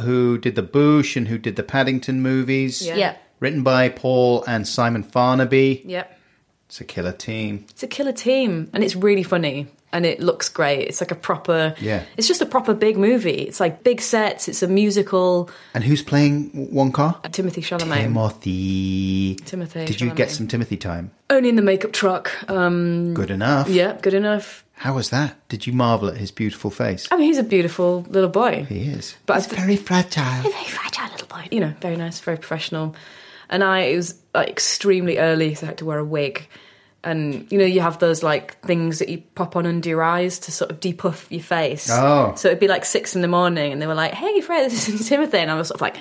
Speaker 1: who did the Boosh and who did the Paddington movies.
Speaker 4: Yeah.
Speaker 3: Yeah.
Speaker 1: Written by Paul and Simon Farnaby.
Speaker 4: Yep.
Speaker 1: It's a killer team.
Speaker 4: It's a killer team, and it's really funny. and it looks great. It's like a proper,
Speaker 1: Yeah.
Speaker 4: It's just a proper big movie. It's like big sets. It's a musical.
Speaker 1: And who's playing Wonka?
Speaker 4: Timothy Chalamet.
Speaker 1: Timothy.
Speaker 4: Timothy
Speaker 1: Did you get
Speaker 4: Chalamet.
Speaker 1: some Timothy time?
Speaker 4: Only in the makeup truck. Um,
Speaker 1: Good enough.
Speaker 4: yeah, good enough.
Speaker 1: How was that? Did you marvel at his beautiful face?
Speaker 4: I mean, he's a beautiful little boy.
Speaker 1: He is.
Speaker 4: Oh. But I
Speaker 1: he's
Speaker 4: th-
Speaker 1: very fragile.
Speaker 4: very fragile little boy. You know, very nice, very professional. And I, it was like extremely early, so I had to wear a wig. And you know, you have those like things that you pop on under your eyes to sort of depuff your face.
Speaker 1: Oh.
Speaker 4: So it'd be like six in the morning, and they were like, "Hey, Fred, this is Timothy," and I was sort of like,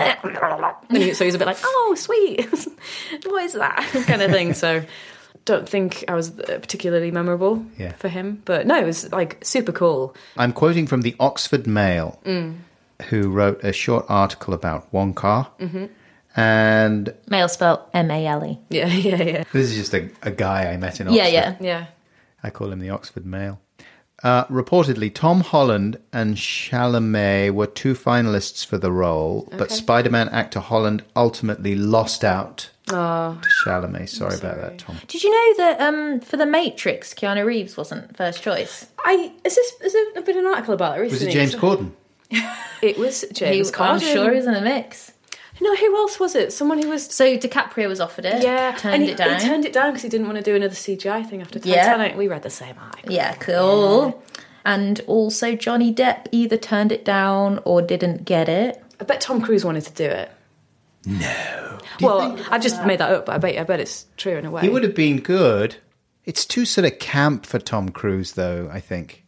Speaker 4: and he, so he was a bit like, "Oh, sweet, what is that?" kind of thing. So. Don't think I was uh, particularly memorable
Speaker 1: Yeah.
Speaker 4: for him, but no, it was like super cool.
Speaker 1: I'm quoting from the Oxford Mail,
Speaker 4: Mm.
Speaker 1: who wrote a short article about Wonka. Mm-hmm. And
Speaker 3: Male spelt M A L E.
Speaker 4: Yeah, yeah, yeah,
Speaker 1: this is just a, a guy I met in Oxford.
Speaker 3: Yeah, yeah.
Speaker 4: yeah.
Speaker 1: I call him the Oxford Mail. Uh, reportedly, Tom Holland and Chalamet were two finalists for the role, but Spider Man actor Holland ultimately lost out to Chalamet. Sorry, about that, Tom.
Speaker 3: Did you know that um, for The Matrix, Keanu Reeves wasn't first choice?
Speaker 4: I is this is there been an article about it
Speaker 1: Was
Speaker 4: recently?
Speaker 1: it James Corden?
Speaker 4: It was
Speaker 3: He,
Speaker 4: James
Speaker 3: I'm
Speaker 4: Corden.
Speaker 3: sure he's in the mix.
Speaker 4: No, who else was it? Someone who was.
Speaker 3: So DiCaprio was offered it.
Speaker 4: Yeah,
Speaker 3: Turned
Speaker 4: and he,
Speaker 3: it down.
Speaker 4: He turned it down because he didn't want to do another CGI thing after
Speaker 3: Yeah.
Speaker 4: Titanic. We read the same article.
Speaker 3: yeah, cool. And also Johnny Depp either turned it down or didn't get it.
Speaker 4: I bet Tom Cruise wanted to do it. No. Well, I've just made that up, but I bet I bet it's true in a way.
Speaker 1: He would have been good. It's too sort of camp for Tom Cruise, though, I think.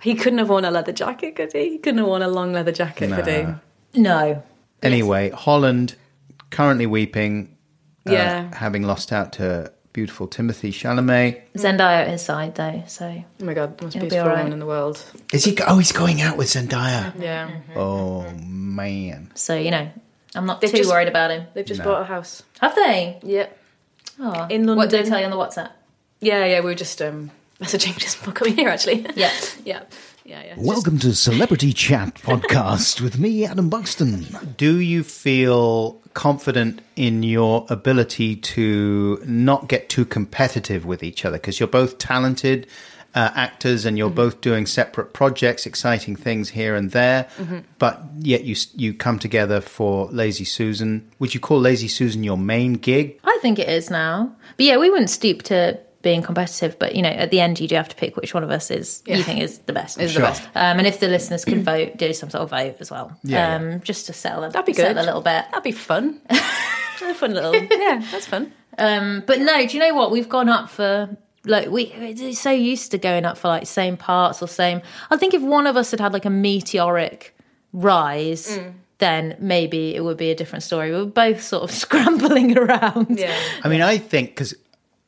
Speaker 4: He couldn't have worn a leather jacket, could he? He couldn't have worn a long leather jacket, could
Speaker 1: Nah.
Speaker 4: he?
Speaker 3: No.
Speaker 1: Anyway, Holland currently weeping, uh,
Speaker 4: Yeah.
Speaker 1: having lost out to beautiful Timothy Chalamet.
Speaker 3: Zendaya at his side though, so
Speaker 4: Oh my god, most
Speaker 3: It'll be
Speaker 4: beautiful
Speaker 3: all right.
Speaker 4: woman in the world.
Speaker 1: Is he? go- Oh, he's going out with Zendaya.
Speaker 4: Yeah.
Speaker 3: Mm-hmm.
Speaker 1: Oh man,
Speaker 3: so you know, I'm not
Speaker 4: They've
Speaker 3: too
Speaker 4: just-
Speaker 3: worried about him.
Speaker 4: They've just bought a house.
Speaker 3: Have they?
Speaker 4: Yep.
Speaker 3: Oh.
Speaker 4: In
Speaker 3: What did
Speaker 4: London.
Speaker 3: they tell you on the WhatsApp?
Speaker 4: Yeah, yeah, we were just um messaging just before coming here actually.
Speaker 3: Yeah.
Speaker 4: yeah. Yeah, yeah.
Speaker 5: Welcome to Celebrity Chat Podcast with me, Adam Buxton.
Speaker 1: do you feel confident in your ability to not get too competitive with each other because you're both talented uh, actors and you're both doing separate projects exciting things here and there but yet you s- you come together for lazy susan would you call lazy susan your main gig
Speaker 3: I think it is now. But yeah, we wouldn't stoop to being competitive, but you know, at the end you do have to pick which one of us is you think is the best.
Speaker 4: Is the Sure. best.
Speaker 3: Um, and if the listeners could vote, do some sort of vote as well.
Speaker 1: Yeah,
Speaker 3: um just to settle a,
Speaker 4: That'd be
Speaker 3: settle
Speaker 4: good.
Speaker 3: a little bit.
Speaker 4: That'd be fun. a fun little. Yeah, that's fun.
Speaker 3: But no, do you know what? We've gone up for like we we're so used to going up for like same parts or same. I think if one of us had had like a meteoric rise.
Speaker 4: Mm.
Speaker 3: Then maybe it would be a different story. We were both sort of scrambling around.
Speaker 4: Yeah.
Speaker 1: i mean i think because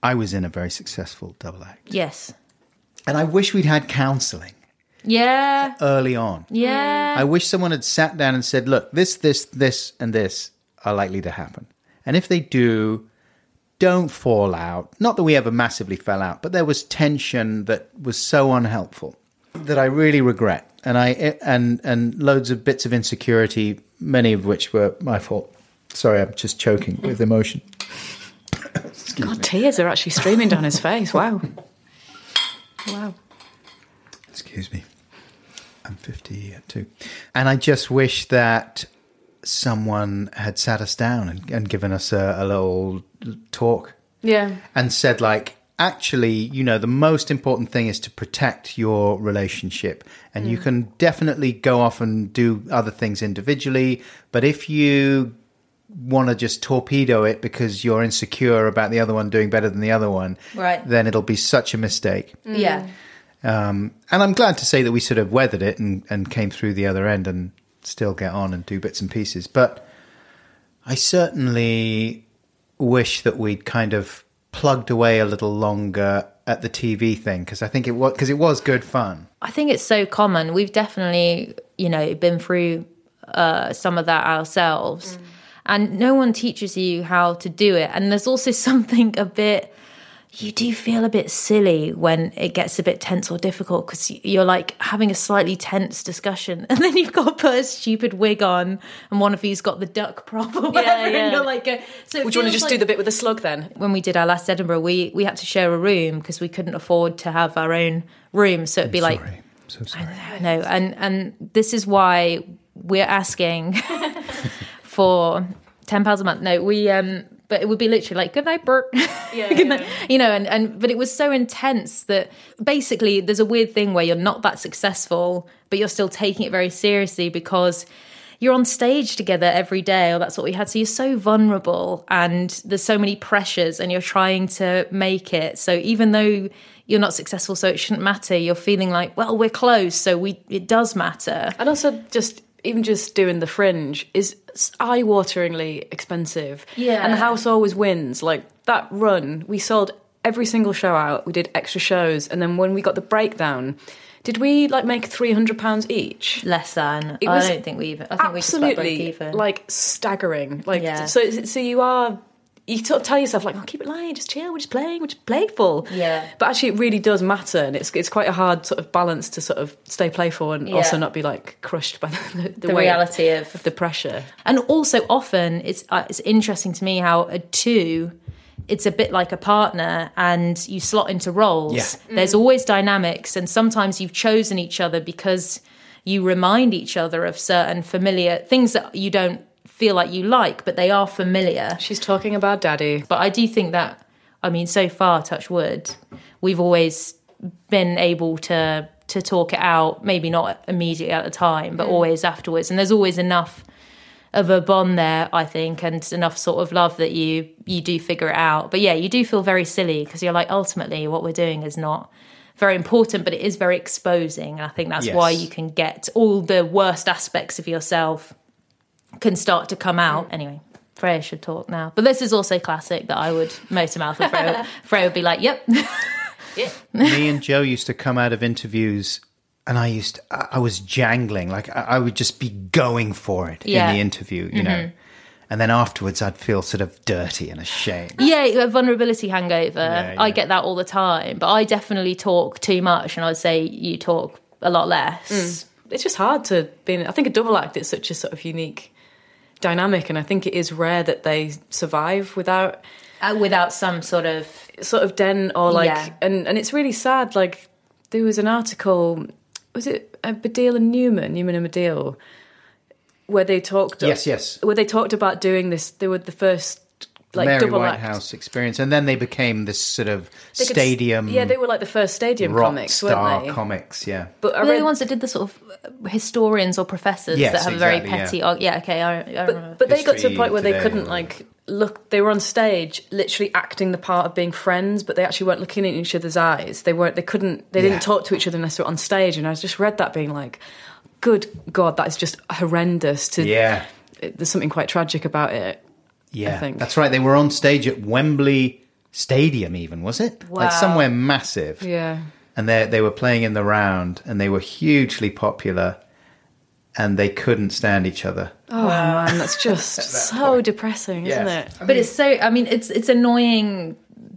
Speaker 1: i was in a very successful double act
Speaker 3: Yes.
Speaker 1: and i wish we'd had counseling
Speaker 3: Yeah.
Speaker 1: early on
Speaker 3: Yeah.
Speaker 1: I wish someone had sat down and said, look, this, this, this, and this are likely to happen. And if they do, don't fall out. Not that we ever massively fell out, but there was tension that was so unhelpful that I really regret. And I and and loads of bits of insecurity, many of which were my fault. Sorry, I'm just choking with emotion.
Speaker 4: God, tears are actually streaming down his face. Wow. Wow.
Speaker 1: Excuse me. I'm 52. And I just wish that someone had sat us down and, and given us a, a little talk
Speaker 4: Yeah.
Speaker 1: and said, like, actually, you know, the most important thing is to protect your relationship. And you can definitely go off and do other things individually. But if you want to just torpedo it because you're insecure about the other one doing better than the other one,
Speaker 3: Right.
Speaker 1: then it'll be such a mistake.
Speaker 3: Yeah.
Speaker 1: And I'm glad to say that we sort of weathered it and, and came through the other end and still get on and do bits and pieces. But I certainly wish that we'd kind of plugged away a little longer at the TV thing because I think it was because it was good fun.
Speaker 3: I think it's so common. We've definitely, you know, been through uh, some of that
Speaker 4: Mm.
Speaker 3: ourselves. And no one teaches you how to do it. And there's also something a bit, you do feel a bit silly when it gets a bit tense or difficult because you're like having a slightly tense discussion and then you've got to put a stupid wig on and one of you's got the duck prop or whatever
Speaker 4: yeah.
Speaker 3: and you're like uh, so it
Speaker 4: Would you want to
Speaker 3: feels
Speaker 4: just
Speaker 3: like-
Speaker 4: do the bit with the slug then?
Speaker 3: when we did our last Edinburgh, we we had to share a room because we couldn't afford to have our own room. So it'd be like,
Speaker 1: Sorry. So sorry.
Speaker 3: no, and and this is why we're asking for ten pounds a month. No, we um, but it would be literally like, good night, Bert. Yeah, you know, and and but it was so intense that basically there's a weird thing where you're not that successful, but you're still taking it very seriously because you're on stage together every day, or that's what we had. So you're so vulnerable, and there's so many pressures, and you're trying to make it. So even though you're not successful, so it shouldn't matter. You're feeling like, well, we're close, so we it does matter.
Speaker 4: And also, just even just doing the fringe is eye wateringly expensive.
Speaker 3: Yeah.
Speaker 4: And the house always wins. Like that run, we sold every single show out, we did extra shows, and then when we got the breakdown, did we like make £300 each?
Speaker 3: Less than.
Speaker 4: It was
Speaker 3: I don't think we even. I think we just about
Speaker 4: Absolutely,
Speaker 3: break even.
Speaker 4: like staggering. Like
Speaker 3: Yeah.
Speaker 4: so, so you are. You sort of tell yourself like, "Oh, keep it light, just chill. We're just playing. We're just playful."
Speaker 3: Yeah.
Speaker 4: But actually, it really does matter, and it's it's quite a hard sort of balance to sort of stay playful and
Speaker 3: Yeah.
Speaker 4: also not be like crushed by the, the,
Speaker 3: the
Speaker 4: weight
Speaker 3: reality of
Speaker 4: of the pressure.
Speaker 3: and also often it's uh, it's interesting to me how a two it's a bit like a partner and you slot into roles
Speaker 1: Yeah.
Speaker 3: there's always dynamics and sometimes you've chosen each other because you remind each other of certain familiar things that you don't feel like you like but they are familiar
Speaker 4: She's talking about daddy.
Speaker 3: but i do think that i mean so far touch wood we've always been able to to talk it out maybe not immediately at the time but always afterwards and there's always enough of a bond there i think and enough sort of love that you you do figure it out but yeah you do feel very silly because you're like ultimately what we're doing is not very important but it is very exposing and i think that's why
Speaker 1: Yes.
Speaker 3: you can get all the worst aspects of yourself can start to come out anyway Freya should talk now, but this is also classic that I would motor mouth and Freya, Freya would be like, "Yep,
Speaker 1: me and Joe used to come out of interviews, and I used to, I I was jangling like I, I would just be going for it
Speaker 3: Yeah.
Speaker 1: in the interview, you know. And then afterwards, I'd feel sort of dirty and ashamed.
Speaker 3: Yeah, a vulnerability hangover.
Speaker 1: Yeah,
Speaker 3: I
Speaker 1: yeah.
Speaker 3: get that all the time, but I definitely talk too much, and I'd say you talk a lot less.
Speaker 4: It's just hard to be. In, I think a double act is such a sort of unique dynamic, and I think it is rare that they survive without
Speaker 3: Uh, without some sort of
Speaker 4: sort of den or like
Speaker 3: Yeah.
Speaker 4: and and it's really sad like there was an article was it uh, Badil and Newman Newman and Badil where they talked
Speaker 1: Yes, yes.
Speaker 4: where they talked about doing this they were the first like
Speaker 1: Mary
Speaker 4: double act
Speaker 1: Whitehouse experience, and then they became this sort of
Speaker 4: They could s-
Speaker 1: stadium
Speaker 4: yeah they were like the first stadium
Speaker 1: rock
Speaker 4: comics
Speaker 1: star
Speaker 4: weren't they
Speaker 1: comics. Yeah,
Speaker 4: but I
Speaker 3: were they
Speaker 4: read-
Speaker 3: the ones that did the sort of uh, historians or professors
Speaker 1: Yes,
Speaker 3: that have a very
Speaker 1: exactly, yeah.
Speaker 3: petty. Yeah, yeah okay, I, I remember.
Speaker 4: but, but they got to a
Speaker 1: History
Speaker 4: point where they
Speaker 1: Today
Speaker 4: couldn't
Speaker 1: or-
Speaker 4: like look they were on stage literally acting the part of being friends but they actually weren't looking in each other's eyes they weren't they couldn't they
Speaker 1: Yeah.
Speaker 4: didn't talk to each other unless they were on stage and i just read that being like good god that is just horrendous to
Speaker 1: yeah,
Speaker 4: it- there's something quite tragic about it
Speaker 1: yeah.
Speaker 4: think.
Speaker 1: That's right. They were on stage at Wembley Stadium, even was it? Like
Speaker 3: Wow.
Speaker 1: somewhere massive.
Speaker 4: yeah
Speaker 1: and they they were playing in the round and they were hugely popular and they couldn't stand each other.
Speaker 4: oh man that's just so depressing isn't
Speaker 1: Yes.
Speaker 4: it
Speaker 3: But it's so. I mean, it's it's annoying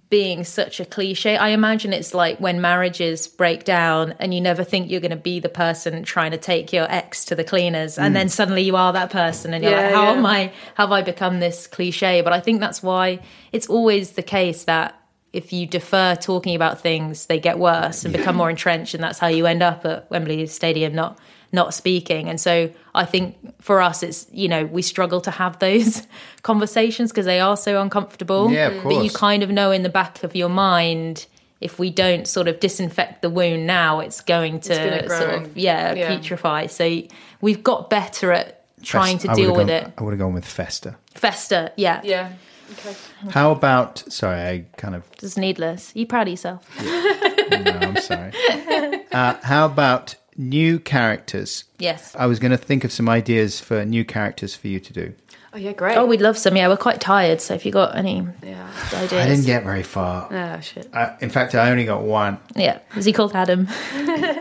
Speaker 3: being such a cliche. I imagine it's like when marriages break down and you never think you're going to be the person trying to take your ex to the cleaners, and
Speaker 1: Mm.
Speaker 3: then suddenly you are that person, and you're
Speaker 4: Yeah,
Speaker 3: like, how
Speaker 4: yeah.
Speaker 3: am I? How have I become this cliche? But I think that's why it's always the case that. If you defer talking about things, they get worse and become more entrenched, and that's how you end up at Wembley Stadium not not speaking. And so I think for us, it's you know we struggle to have those conversations because they are so uncomfortable.
Speaker 1: Yeah, of
Speaker 3: But you
Speaker 1: course.
Speaker 3: kind of know in the back of your mind if we don't sort of disinfect the wound now, it's going to
Speaker 4: gonna grow
Speaker 3: sort
Speaker 4: and-
Speaker 3: of yeah,
Speaker 4: yeah.
Speaker 3: putrefy. So we've got better at trying
Speaker 1: Fest-
Speaker 3: to
Speaker 1: I
Speaker 3: deal
Speaker 1: would've
Speaker 3: with
Speaker 1: gone-
Speaker 3: it.
Speaker 1: I would have gone with Festa.
Speaker 3: Fester, yeah,
Speaker 4: yeah
Speaker 1: How about sorry, I kind of
Speaker 3: it's needless. You proud of yourself?
Speaker 1: no, I'm sorry. Uh, how about new characters?
Speaker 3: Yes.
Speaker 1: I was going to think of some ideas for new characters for you to do.
Speaker 4: oh yeah great
Speaker 3: Oh, we'd love some. Yeah, we're quite tired. So if you got any
Speaker 4: yeah
Speaker 3: ideas,
Speaker 1: I didn't get very far.
Speaker 4: oh shit
Speaker 1: I, in fact, I only got one.
Speaker 3: yeah, is he called Adam?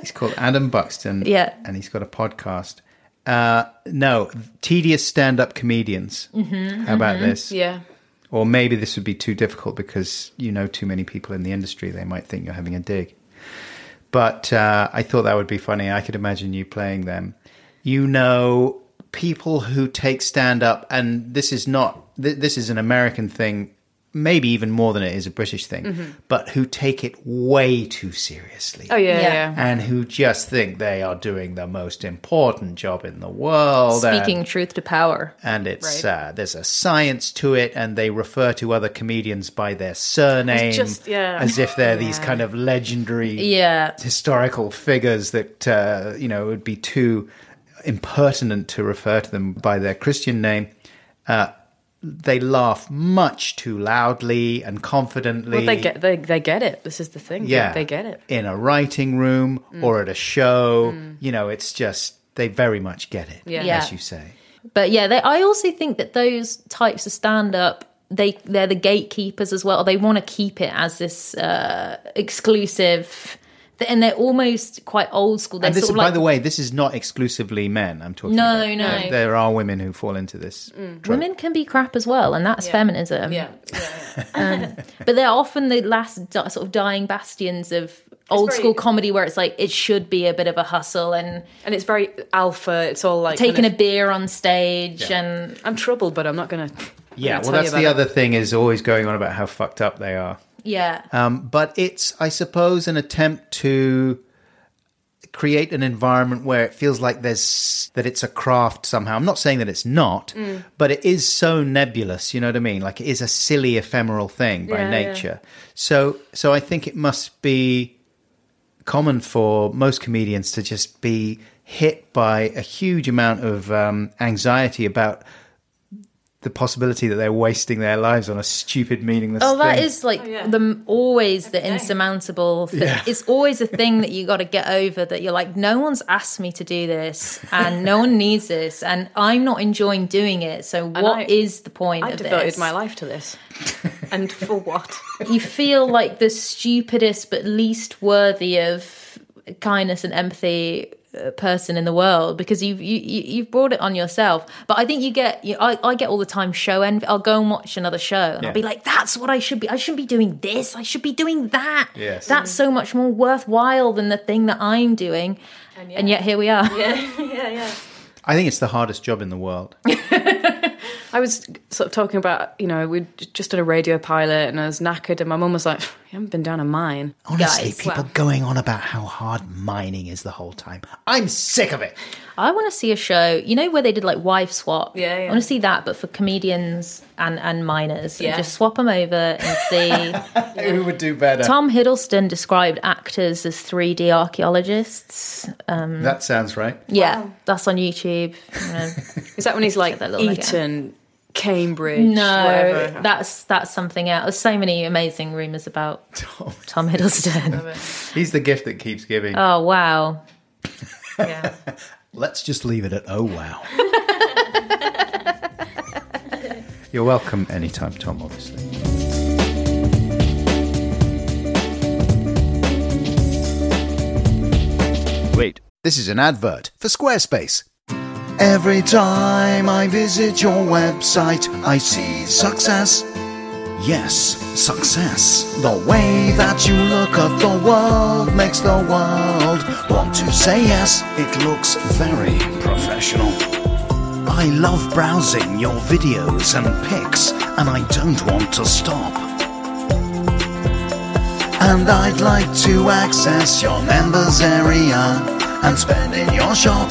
Speaker 1: He's called Adam Buxton.
Speaker 3: Yeah.
Speaker 1: And he's got a podcast. Uh, no, tedious stand up comedians. How about this?
Speaker 4: Mm-hmm, yeah
Speaker 1: Or maybe this would be too difficult because you know too many people in the industry. They might think you're having a dig. But uh, I thought that would be funny. I could imagine you playing them. You know, people who take stand up, and this is not, th- this is an American thing, maybe even more than it is a British thing, but who take it way too seriously
Speaker 4: Mm-hmm. Oh yeah,
Speaker 3: Yeah.
Speaker 4: yeah.
Speaker 1: and who just think they are doing the most important job in the world. and-
Speaker 3: Speaking truth to power.
Speaker 1: and it's uh, there's a science to it, and they refer to other comedians by their surname,
Speaker 4: just- yeah.
Speaker 1: as if they're these kind of legendary,
Speaker 3: Yeah.
Speaker 1: historical figures that uh, you know it would be too impertinent to refer to them by their Christian name. Uh, they laugh much too loudly and confidently.
Speaker 4: Well, they get they, they get it. This is the thing. They-
Speaker 1: yeah,
Speaker 4: they, get it. Mm.
Speaker 1: in a writing room or at a show. You know, it's just they very much get it,
Speaker 4: Yeah.
Speaker 3: Yeah.
Speaker 1: as you say.
Speaker 3: But yeah, they, I also think that those types of stand up, they they're the gatekeepers as well. They want to keep it as this uh, exclusive, and they're almost quite old school. They're
Speaker 1: and this is,
Speaker 3: sort of like
Speaker 1: by the way, this is not exclusively men. I'm talking.
Speaker 3: No,
Speaker 1: about.
Speaker 3: no. Mm.
Speaker 1: There- There are women who fall into this. trope.
Speaker 3: women can be crap as well, and that's feminism. but they're often the last di- sort of dying bastions of old
Speaker 4: very-
Speaker 3: school comedy, where it's like it should be a bit of a hustle and
Speaker 4: And it's very alpha. It's all like
Speaker 3: taking
Speaker 4: kind
Speaker 3: a
Speaker 4: of,
Speaker 3: beer on stage and
Speaker 4: I'm troubled, but I'm not gonna.
Speaker 1: Yeah. Well,
Speaker 4: I'm gonna tell you
Speaker 1: that's
Speaker 4: about
Speaker 1: the
Speaker 4: it.
Speaker 1: other thing is always going on about how fucked up they are.
Speaker 3: yeah.
Speaker 1: Um, but it's, I suppose, an attempt to create an environment where it feels like there's that it's a craft somehow. I'm not saying that it's not,
Speaker 3: Mm.
Speaker 1: but it is so nebulous. You know what I mean? Like it is a silly, ephemeral thing by
Speaker 4: Yeah, yeah.
Speaker 1: nature. So, so I think it must be common for most comedians to just be hit by a huge amount of um, anxiety about the possibility that they're wasting their lives on a stupid, meaningless.
Speaker 3: Oh, that
Speaker 1: thing.
Speaker 3: is like the always the insurmountable. Thing. It's always a thing that you got to get over. That you're like, no one's asked me to do this, and no one needs this, and I'm not enjoying doing it. So what is
Speaker 4: I-
Speaker 3: the point
Speaker 4: I
Speaker 3: of
Speaker 4: devoted
Speaker 3: this?
Speaker 4: my life to this, and for what?
Speaker 3: You feel like the stupidest but least worthy of kindness and empathy uh, person in the world because you've you, you, you've brought it on yourself but i think you get you, I, I get all the time show envy i'll go and watch another show and
Speaker 1: Yeah.
Speaker 3: i'll be like that's what i should be i shouldn't be doing this i should be doing that
Speaker 1: Yes.
Speaker 3: that's so much more worthwhile than the thing that i'm doing and yet, here we are
Speaker 1: I think it's the hardest job in the world.
Speaker 4: I was sort of talking about, you know, we'd j- just done a radio pilot and I was knackered and my mum was like, you haven't been down a mine.
Speaker 1: Honestly,
Speaker 3: Guys,
Speaker 1: people going on about how hard mining is the whole time. I'm sick of it.
Speaker 3: I want to see a show, you know, where they did like wife swap.
Speaker 4: Yeah, yeah.
Speaker 3: I want to see that, but for comedians and and minors,
Speaker 4: Yeah.
Speaker 3: and just swap them over and see.
Speaker 1: Who would do better?
Speaker 3: Tom Hiddleston described actors as 3D archaeologists.
Speaker 1: that sounds right.
Speaker 3: Yeah, that's on YouTube. You know.
Speaker 4: Is that when he's like
Speaker 3: that little
Speaker 4: Eton, Cambridge,
Speaker 3: no,
Speaker 4: whatever?
Speaker 3: that's that's something else. There's so many amazing rumors about Tom, Hiddleston.
Speaker 1: He's the gift that keeps giving.
Speaker 3: oh wow,
Speaker 1: Let's just leave it at oh wow. You're welcome anytime, Tom, obviously.
Speaker 2: Wait. This is an advert for Squarespace. Every time I visit your website, I see success. Yes, success. The way that you look at the world makes the world want to say yes. It looks very professional. I love browsing your videos and pics, and I don't want to stop. And I'd like to access your members area and spend in your shop.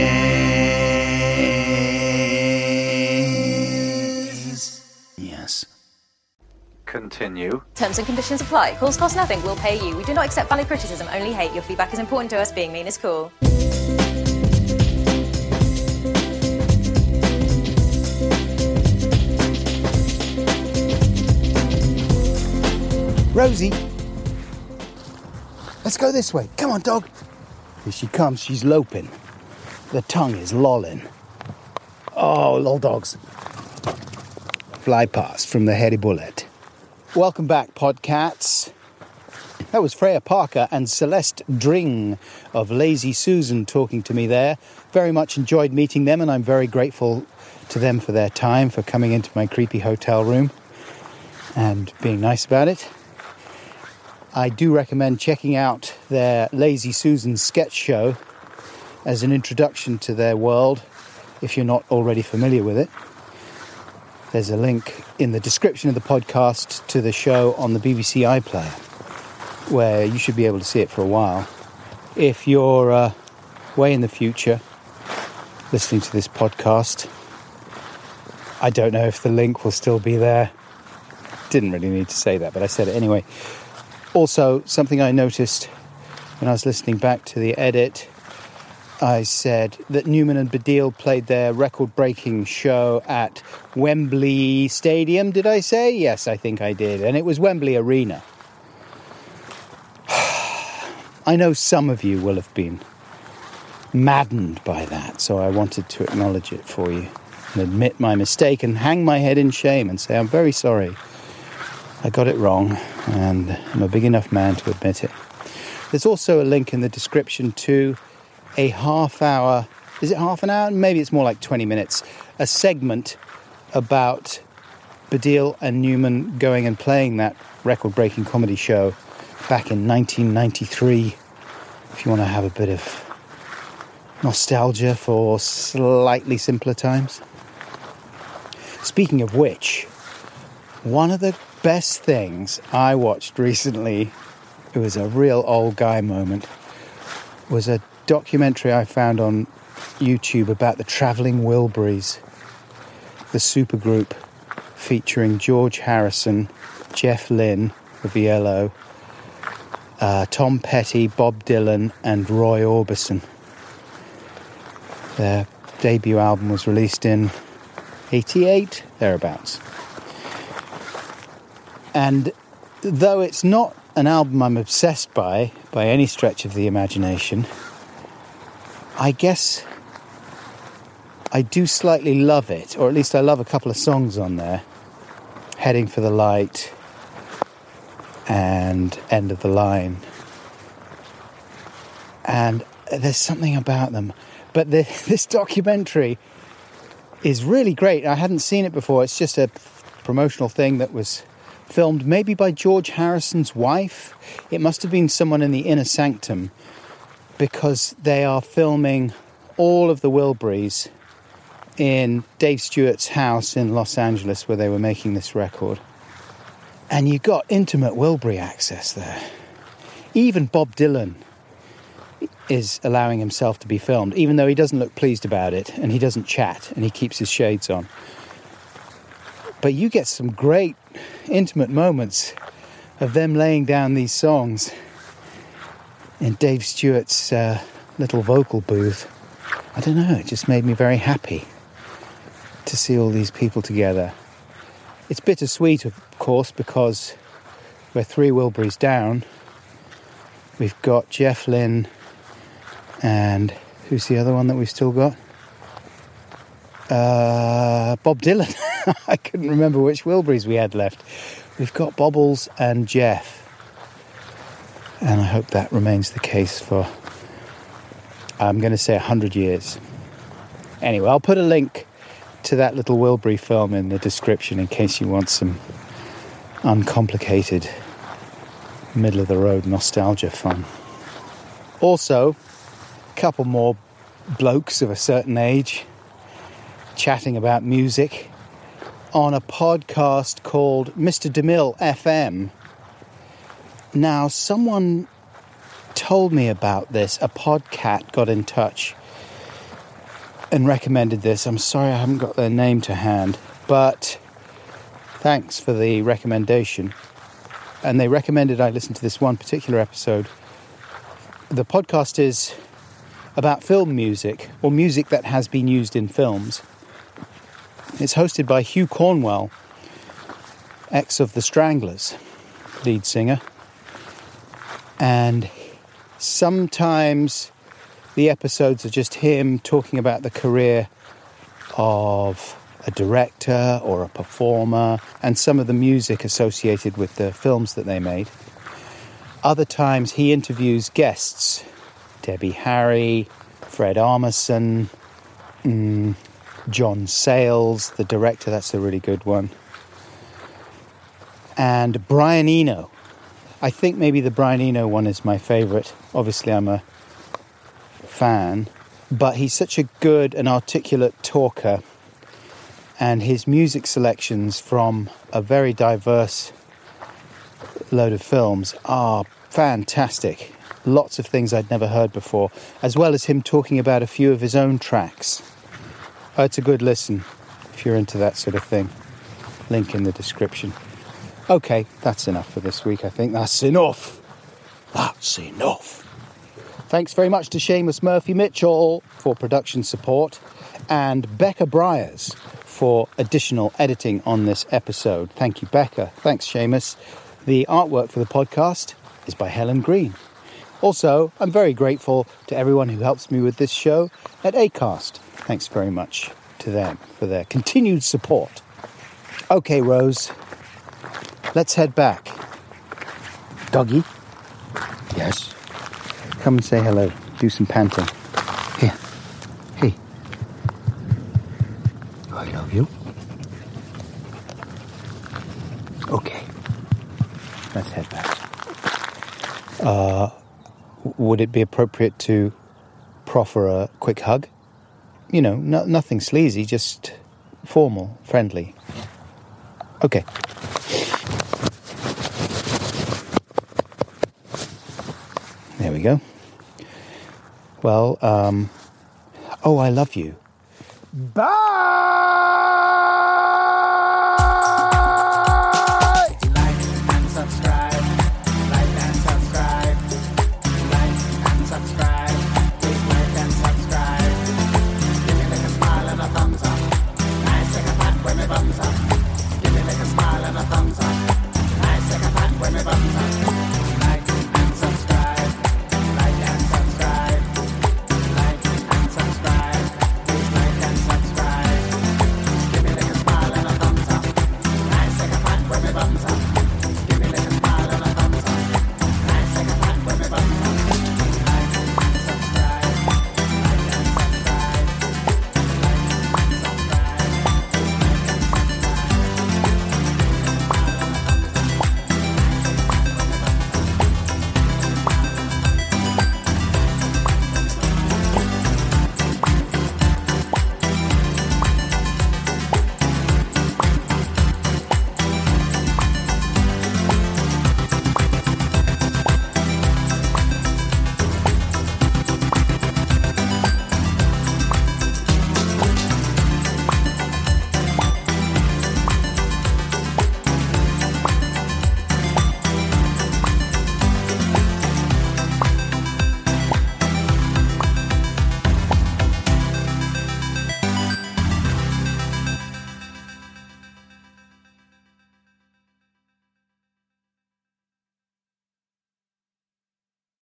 Speaker 2: Squarespace. Yes.
Speaker 9: Continue.
Speaker 10: Terms and conditions apply. Calls cost nothing. We'll pay you. We do not accept valid criticism, only hate. Your feedback is important to us. Being mean is cool.
Speaker 1: Rosie, let's go this way. Come on, dog. Here she comes. She's loping. The tongue is lolling. Oh, lol dogs. Fly past from the hairy bullet. Welcome back, Podcats. That was Freya Parker and Celeste Dring of Lazy Susan talking to me there. Very much enjoyed meeting them, and I'm very grateful to them for their time, for coming into my creepy hotel room and being nice about it. I do recommend checking out their Lazy Susan sketch show as an introduction to their world if you're not already familiar with it. There's a link in the description of the podcast to the show on the BBC iPlayer, where you should be able to see it for a while. If you're uh, way in the future listening to this podcast, I don't know if the link will still be there. Didn't really need to say that, but I said it anyway. Also, something I noticed when I was listening back to the edit, I said that Newman and Badil played their record breaking show at Wembley Stadium. Did I say? Yes, I think I did. And it was Wembley Arena. I know some of you will have been maddened by that, so I wanted to acknowledge it for you and admit my mistake and hang my head in shame and say, I'm very sorry. I got it wrong, and I'm a big enough man to admit it. There's also a link in the description to a half hour, is it half an hour? Maybe it's more like 20 minutes, a segment about Badil and Newman going and playing that record breaking comedy show back in 1993. If you want to have a bit of nostalgia for slightly simpler times. Speaking of which, one of the best things I watched recently, it was a real old guy moment, was a documentary I found on YouTube about the Travelling Wilburys, the supergroup featuring George Harrison, Jeff Lynne of Yellow, uh, Tom Petty, Bob Dylan, and Roy Orbison. Their debut album was released in 88, thereabouts. And though it's not an album I'm obsessed by, by any stretch of the imagination, I guess I do slightly love it, or at least I love a couple of songs on there Heading for the Light and End of the Line. And there's something about them. But the, this documentary is really great. I hadn't seen it before. It's just a promotional thing that was filmed maybe by George Harrison's wife. It must have been someone in the inner sanctum because they are filming all of the Wilburys in Dave Stewart's house in Los Angeles where they were making this record. And you got intimate Wilbury access there. Even Bob Dylan is allowing himself to be filmed, even though he doesn't look pleased about it and he doesn't chat and he keeps his shades on but you get some great intimate moments of them laying down these songs in Dave Stewart's uh, little vocal booth. I don't know, it just made me very happy to see all these people together. It's bittersweet, of course, because we're three Wilburys down. We've got Jeff Lynne and who's the other one that we've still got? uh, Bob Dylan. I couldn't remember which Wilburys we had left. We've got Bobbles and Jeff. And I hope that remains the case for, I'm going to say 100 years. Anyway, I'll put a link to that little Wilbury film in the description in case you want some uncomplicated, middle of the road nostalgia fun. Also, a couple more blokes of a certain age chatting about music on a podcast called Mr. DeMille FM. Now, someone told me about this. A podcat got in touch and recommended this. I'm sorry I haven't got their name to hand, but thanks for the recommendation. And they recommended I listen to this one particular episode. The podcast is about film music or music that has been used in films. It's hosted by Hugh Cornwell, ex of The Stranglers. lead singer. And sometimes the episodes are just him talking about the career of a director or a performer and some of the music associated with the films that they made. Other times he interviews guests Debbie Harry, Fred Armisen, mm, John Sayles, the director, that's a really good one, and Brian Eno. I think maybe the Brian Eno one is my favourite. Obviously, I'm a fan, but he's such a good and articulate talker, and his music selections from a very diverse load of films are fantastic. Lots of things I'd never heard before, as well as him talking about a few of his own tracks. Uh, it's a good listen if you're into that sort of thing. Link in the description. Okay, that's enough for this week, I think. That's enough. That's enough. Thanks very much to Seamus Murphy Mitchell for production support and Becca Briers for additional editing on this episode. Thank you, Becca. Thanks, Seamus. The artwork for the podcast is by Helen Green. Also, I'm very grateful to everyone who helps me with this show at ACAST. Thanks very much to them for their continued support. Okay, Rose, let's head back. Doggy? Yes. Come and say hello. Do some panting. Here. Hey. I love you. Okay. Let's head back. Uh, w- would it be appropriate to proffer a quick hug? You know, no, nothing sleazy, just formal, friendly. Okay. There we go. Well, um, oh, I love you. Bye!